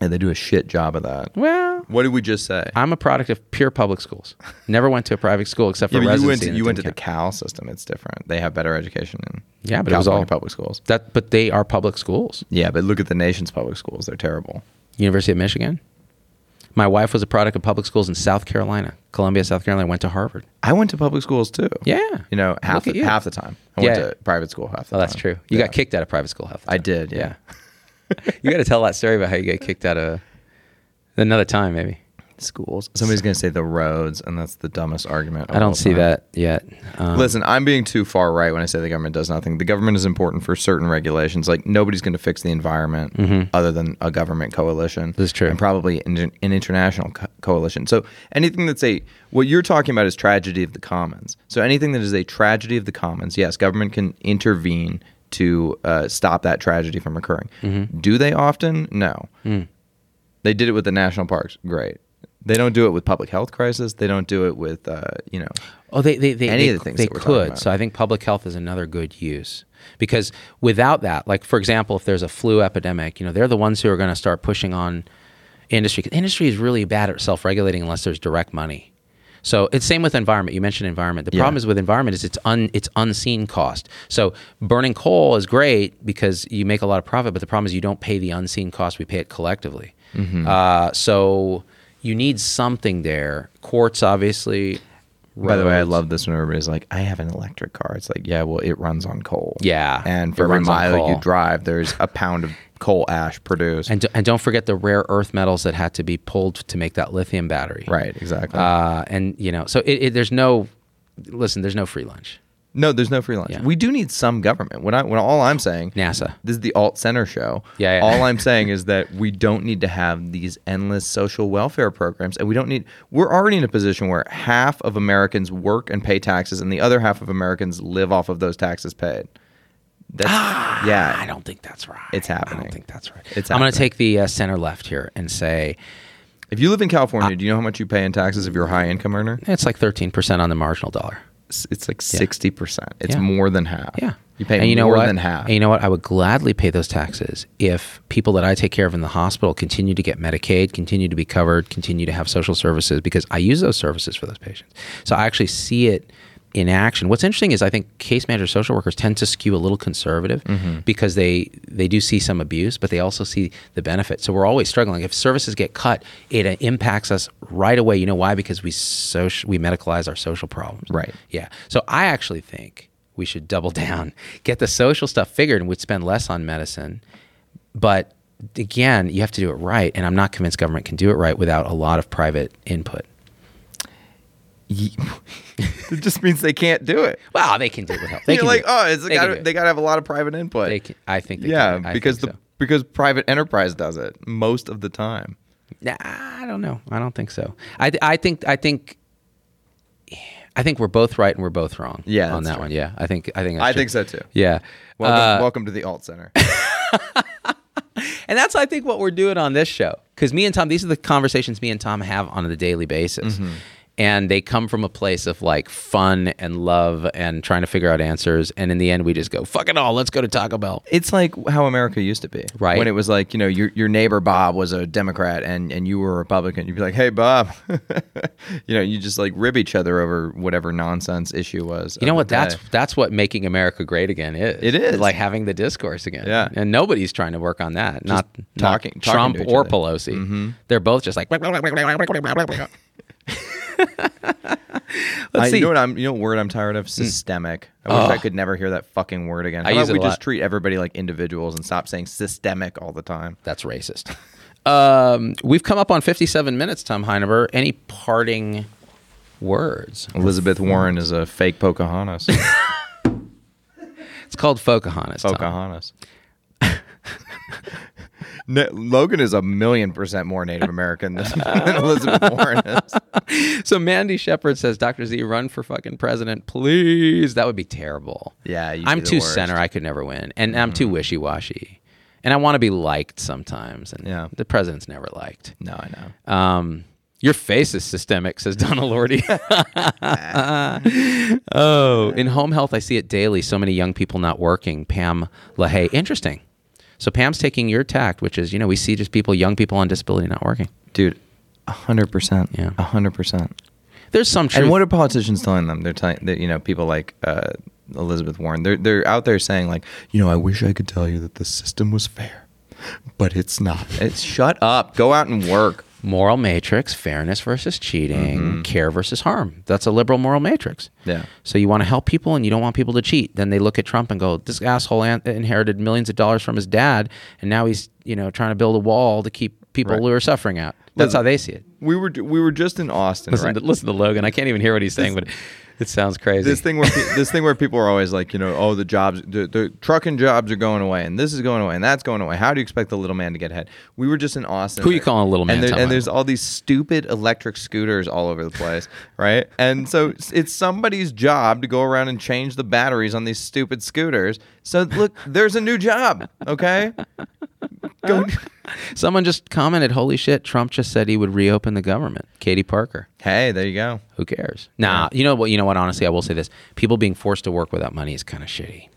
C: And they do a shit job of that.
B: Well,
C: What did we just say?
B: I'm a product of pure public schools. Never went to a private school except for
C: Yeah, but
B: residency.
C: you went to,
B: and it
C: you went to
B: didn't
C: the
B: count.
C: Cal system. It's different. They have better education in
B: Yeah, but it was
C: California
B: all-
C: public schools.
B: that, but they are public schools.
C: Yeah, but look at the nation's public schools. They're terrible.
B: University of Michigan. My wife was a product of public schools in South Carolina, Columbia, South Carolina. Went to Harvard.
C: I went to public schools too.
B: Yeah.
C: You know, half
B: Look at
C: the,
B: you.
C: half the time. I
B: Yeah.
C: went to private school half the
B: Oh,
C: time.
B: that's true. You
C: Yeah.
B: got kicked out of private school half the
C: I
B: time.
C: did, yeah.
B: you got to tell that story about how you got kicked out of another time, maybe.
C: Schools. Somebody's going to say the roads, and that's the dumbest argument. of
B: I
C: all
B: don't see
C: time.
B: that yet. Um,
C: Listen, I'm being too far right when I say the government does nothing. The government is important for certain regulations. Like nobody's going to fix the environment other than a government coalition.
B: Mm-hmm. That's true.
C: And probably an, an international co- coalition. So anything that's a what you're talking about is tragedy of the commons. So anything that is a tragedy of the commons, yes, government can intervene to uh, stop that tragedy from occurring.
B: Mm-hmm.
C: Do they often? No.
B: Mm.
C: They did it with the national parks. Great. They don't do it with public health crisis. They don't do it with uh, you know.
B: Oh, they they they,
C: Any
B: they,
C: of the things
B: they
C: that we're talking
B: could.
C: about.
B: So I think public health is another good use because without that, like for example, if there's a flu epidemic, you know, they're the ones who are going to start pushing on industry. 'Cause Industry is really bad at self-regulating unless there's direct money. So it's same with environment. You mentioned environment. The problem is with environment is it's un it's unseen cost. So burning coal is great because you make a lot of profit, but the problem is you don't pay the unseen cost. We pay it collectively.
C: Mm-hmm.
B: Uh, so you need something there. Quartz, obviously.
C: By the way, I
B: roads.
C: love this when everybody's like, "I have an electric car." It's like, yeah, well, it runs on coal.
B: Yeah,
C: and
B: it
C: for every
B: runs on
C: mile
B: coal.
C: you drive, there's a pound of coal ash produced.
B: And, d- and don't forget the rare earth metals that had to be pulled to make that lithium battery.
C: right, exactly.
B: Uh, and, you know, so it, it, there's no, listen, there's no free lunch.
C: no, there's no free lunch.
B: yeah.
C: We do need some government. When I, when all I'm saying,
B: NASA.
C: This is the alt center show.
B: Yeah, yeah.
C: All I'm saying is that we don't need to have these endless social welfare programs, and we don't need. We're already in a position where half of Americans work and pay taxes, and the other half of Americans live off of those taxes paid. That's yeah.
B: Ah, I don't think that's right.
C: It's
B: I
C: happening.
B: don't think that's right.
C: It's
B: I'm going to
C: happening.
B: take the uh, center left here and say
C: If you live in California, do you know how much you pay in taxes if you're a high income earner?
B: it's like 13% on the marginal dollar.
C: It's, it's like sixty percent. It's
B: Yeah.
C: more than half.
B: Yeah.
C: you pay
B: and you know
C: more
B: what?
C: than half.
B: And you know what? I would gladly pay those taxes if people that I take care of in the hospital continue to get Medicaid, continue to be covered, continue to have social services because I use those services for those patients. So I actually see it in action. What's interesting is I think case manager social workers tend to skew a little conservative
C: Mm-hmm.
B: because they they do see some abuse, but they also see the benefit. So we're always struggling. If services get cut, it uh, impacts us right away. You know why? Because we social, we medicalize our social problems.
C: Right.
B: Yeah. So I actually think we should double down, get the social stuff figured, and we'd spend less on medicine. But again, you have to do it right. And I'm not convinced government can do it right without a lot of private input.
C: it just means they can't do it.
B: Wow, they can do it with help. They
C: You're
B: can
C: like,
B: do it.
C: oh, it's
B: they
C: gotta,
B: can do it.
C: they got to have a lot of private input.
B: They can- I think they
C: yeah,
B: can. I
C: because the
B: think so.
C: because private enterprise does it most of the time.
B: Nah, I don't know. I don't think so. I, th- I think I think I think we're both right and we're both wrong.
C: Yeah,
B: on
C: that's
B: that
C: true.
B: one. Yeah, I think I think that's
C: I
B: true.
C: think so too.
B: Yeah.
C: Welcome, welcome to the alt center.
B: And that's, I think, what we're doing on this show. Because me and Tom, these are the conversations me and Tom have on a daily basis.
C: Mm-hmm.
B: And they come from a place of like fun and love and trying to figure out answers. And in the end, we just go, fuck it all, let's go to Taco Bell.
C: it's like how America used to be,
B: Right.
C: When it was like you know your your neighbor Bob was a Democrat and and you were a Republican, you'd be like, hey Bob, you know, you just like rib each other over whatever nonsense issue was.
B: You know what? That's that's what making America great again is.
C: It is.
B: like having the discourse again.
C: Yeah.
B: and nobody's trying to work on that. not not
C: talking- talking
B: Trump
C: to each
B: or
C: other. Mm-hmm.
B: Pelosi. They're both just like.
C: I,
B: see.
C: you know what I'm you know what word I'm tired of systemic. I wish I could never hear that fucking word again. How
B: Hmm. I
C: about
B: use it
C: we
B: a
C: just
B: lot.
C: treat everybody like individuals and stop saying systemic all the time?
B: That's racist. Um, we've come up on 57 minutes, Tom Heineberg. Any parting words?
C: Elizabeth Warren is a fake Pocahontas.
B: It's called Pocahontas. Tom.
C: Pocahontas. No, Logan is a million percent more Native American than than Elizabeth Warren is.
B: So Mandy Shepard says, Dr. Z, run for fucking president, please. That would be terrible.
C: Yeah, you'd
B: I'm
C: be the
B: too
C: worst. Mm.
B: center. I could never win. And I'm too wishy washy. And I want to be liked sometimes. And
C: Yeah.
B: the president's never liked.
C: No, I know.
B: Um, your face is systemic, says Donna Lordy. oh, in home health, I see it daily. So many young people not working. Pam LaHaye. Interesting. So Pam's taking your tact, which is, you know, we see just people, young people on disability not working.
C: Dude, 100%.
B: Yeah.
C: 100%.
B: There's some truth.
C: And what are politicians telling them? They're telling, that you know, people like uh, Elizabeth Warren, they're, they're out there saying, like, you know, I wish I could tell you that the system was fair. but it's not. It's shut up. Go out and work.
B: moral matrix fairness versus cheating care versus harm that's a liberal moral matrix
C: Yeah.
B: so you want to help people and you don't want people to cheat then they look at trump and go this asshole an- inherited millions of dollars from his dad and now he's you know trying to build a wall to keep people who are suffering out that's
C: Listen-
B: how they see it
C: We were we were just in Austin,
B: listen,
C: right?
B: to, listen to logan i can't even hear what he's saying but it sounds crazy
C: this thing where pe- this thing where people are always like, you know, oh, the jobs, the, the trucking jobs are going away, and this is going away, and that's going away. How do you expect the little man to get ahead? We were just in Austin.
B: Who you calling a little man,
C: And, there-
B: Tom?
C: and there's all these stupid electric scooters all over the place, right? And so it's- it's somebody's job to go around and change the batteries on these stupid scooters. So look, there's a new job, okay? Go,
B: someone just commented holy shit trump just said he would reopen the government katie parker
C: hey, there you go.
B: who cares nah you know what you know what honestly i will say this people being forced to work without money is kind of shitty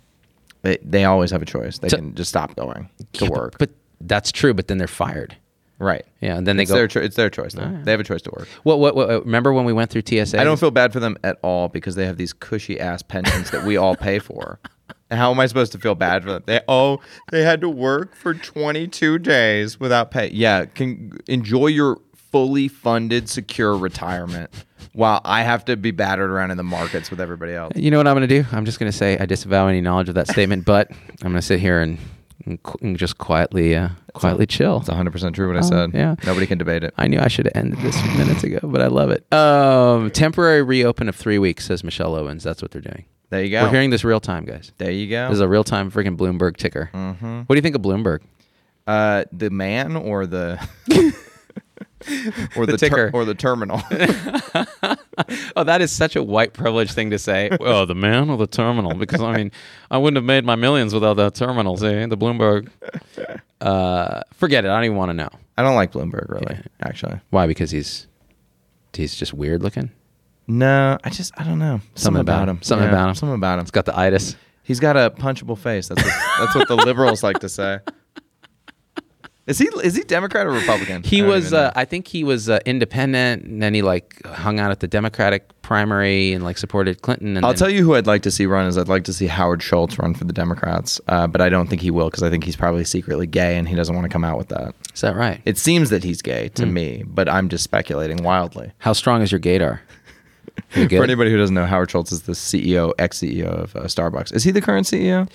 C: They, they always have a choice. They can just stop going to
B: Yeah, but-
C: work,
B: But, that's true. But then they're fired.
C: right?
B: Yeah, and then they
C: It's
B: go.
C: their, cho- it's their choice. Though. They have a choice to work.
B: what, what? What? Remember when we went through TSA?
C: I don't feel bad for them at all because they have these cushy ass pensions that we all pay for. And How am I supposed to feel bad for them? They oh, they had to work for 22 days without pay. Yeah, can enjoy your fully funded secure retirement while I have to be battered around in the markets with everybody else.
B: You know what I'm going to do? I'm just going to say I disavow any knowledge of that statement. But I'm going to sit here and, and, qu- and just quietly, uh, quietly chill.
C: It's 100% true what I said.
B: yeah.
C: Nobody can debate it.
B: I knew I should have ended this minutes ago, but I love it. Um, temporary reopen of three weeks, says Michelle Owens. That's what they're doing.
C: There you go.
B: We're hearing this real time, guys.
C: there you go.
B: This is a real time freaking Bloomberg ticker. Mm-hmm. What do you think of Bloomberg?
C: Uh, the man or the or the,
B: ticker.
C: or the terminal.
B: Oh, that is such a white privilege thing to say. oh, the man or the terminal? Because I mean, I wouldn't have made my millions without that terminal. See, the Bloomberg. Uh, forget it. I don't even want to know
C: I don't like Bloomberg really, actually.
B: why. Because he's he's just weird looking.
C: No, I just I don't know. Something,
B: about
C: about,
B: him.
C: him.
B: Something
C: Yeah,
B: about him.
C: Something about him.
B: It's got the itis.
C: He's got a punchable face. That's what, that's what the liberals like to say. Is he is he Democrat or Republican? I
B: He
C: don't
B: was.
C: even know.
B: Uh, I think he was uh, independent, and then he like hung out at the Democratic primary and like supported Clinton. And
C: I'll
B: then-
C: tell you who I'd like to see run is I'd like to see Howard Schultz run for the Democrats, uh, but I don't think he will because I think he's probably secretly gay and he doesn't want to come out with that.
B: Is that right?
C: It seems that he's gay
B: Hmm.
C: to me, but I'm just speculating wildly.
B: How strong is your gaydar? You good?
C: For anybody who doesn't know, Howard Schultz is the CEO, ex CEO of uh, Starbucks. Is he the current CEO?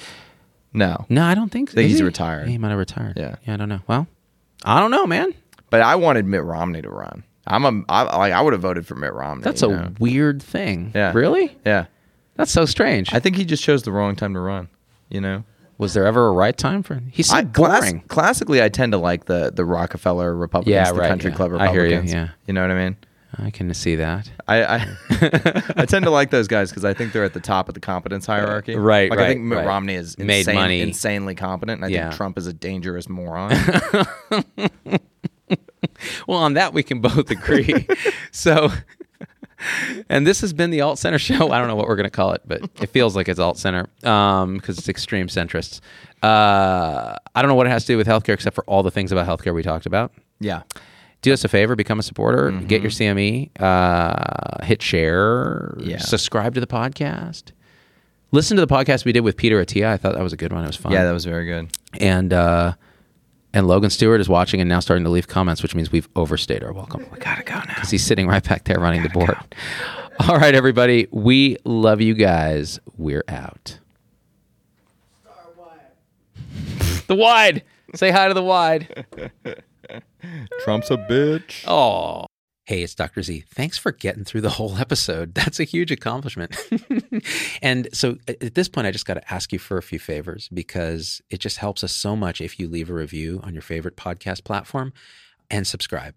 C: No.
B: No, I don't think so.
C: Think
B: Is
C: he's
B: he?
C: retired.
B: Yeah, he might have retired.
C: Yeah.
B: Yeah, I don't know. Well, I don't know, man.
C: But I wanted Mitt Romney to run. I'm a I, like I would have voted for Mitt Romney.
B: That's
C: you
B: a
C: know?
B: weird thing.
C: Yeah.
B: Really?
C: yeah.
B: That's so strange.
C: I think he just chose the wrong time to run. You know,
B: was there ever a right time for? He's so
C: I, class-
B: boring.
C: classically, I tend to like the the Rockefeller Republicans,
B: Yeah,
C: the
B: right,
C: country
B: yeah.
C: club
B: I hear you,
C: Republicans.
B: yeah.
C: you know what I mean.
B: I can see that.
C: I I, I tend to like those guys because I think they're at the top of the competence hierarchy.
B: Uh, Right,
C: Like
B: right,
C: I think Mitt
B: right.
C: Romney is
B: Made
C: insane,
B: money.
C: insanely competent, and I
B: Yeah.
C: think Trump is a dangerous moron.
B: Well, on that we can both agree. so, and this has been the Alt Center show. I don't know what we're going to call it, but it feels like it's Alt Center because it's extreme centrists. Uh, I don't know what it has to do with healthcare except for all the things about healthcare we talked about.
C: yeah,
B: do us a favor become a supporter get your cme uh, hit share
C: Yeah.
B: subscribe to the podcast listen to the podcast we did with peter atia i thought that was a good one it was fun
C: yeah, that was very good.
B: and uh, and logan stewart is watching and now starting to leave comments which means we've overstayed our welcome we gotta go now because he's sitting right back there running the board all right everybody we love you guys we're out the wide say hi to the wide
C: Trump's a bitch.
B: Oh. Hey, it's Dr. Z. Thanks for getting through the whole episode. That's a huge accomplishment. and so at at this point, I just got to ask you for a few favors because it just helps us so much if you leave a review on your favorite podcast platform and subscribe.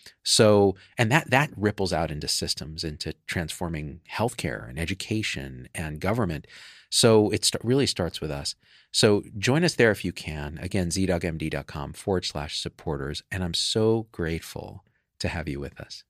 B: So, and that that ripples out into systems, into transforming healthcare and education and government. So it st- really starts with us. So join us there if you can. Again, zdogmd.com forward slash supporters. And I'm so grateful to have you with us.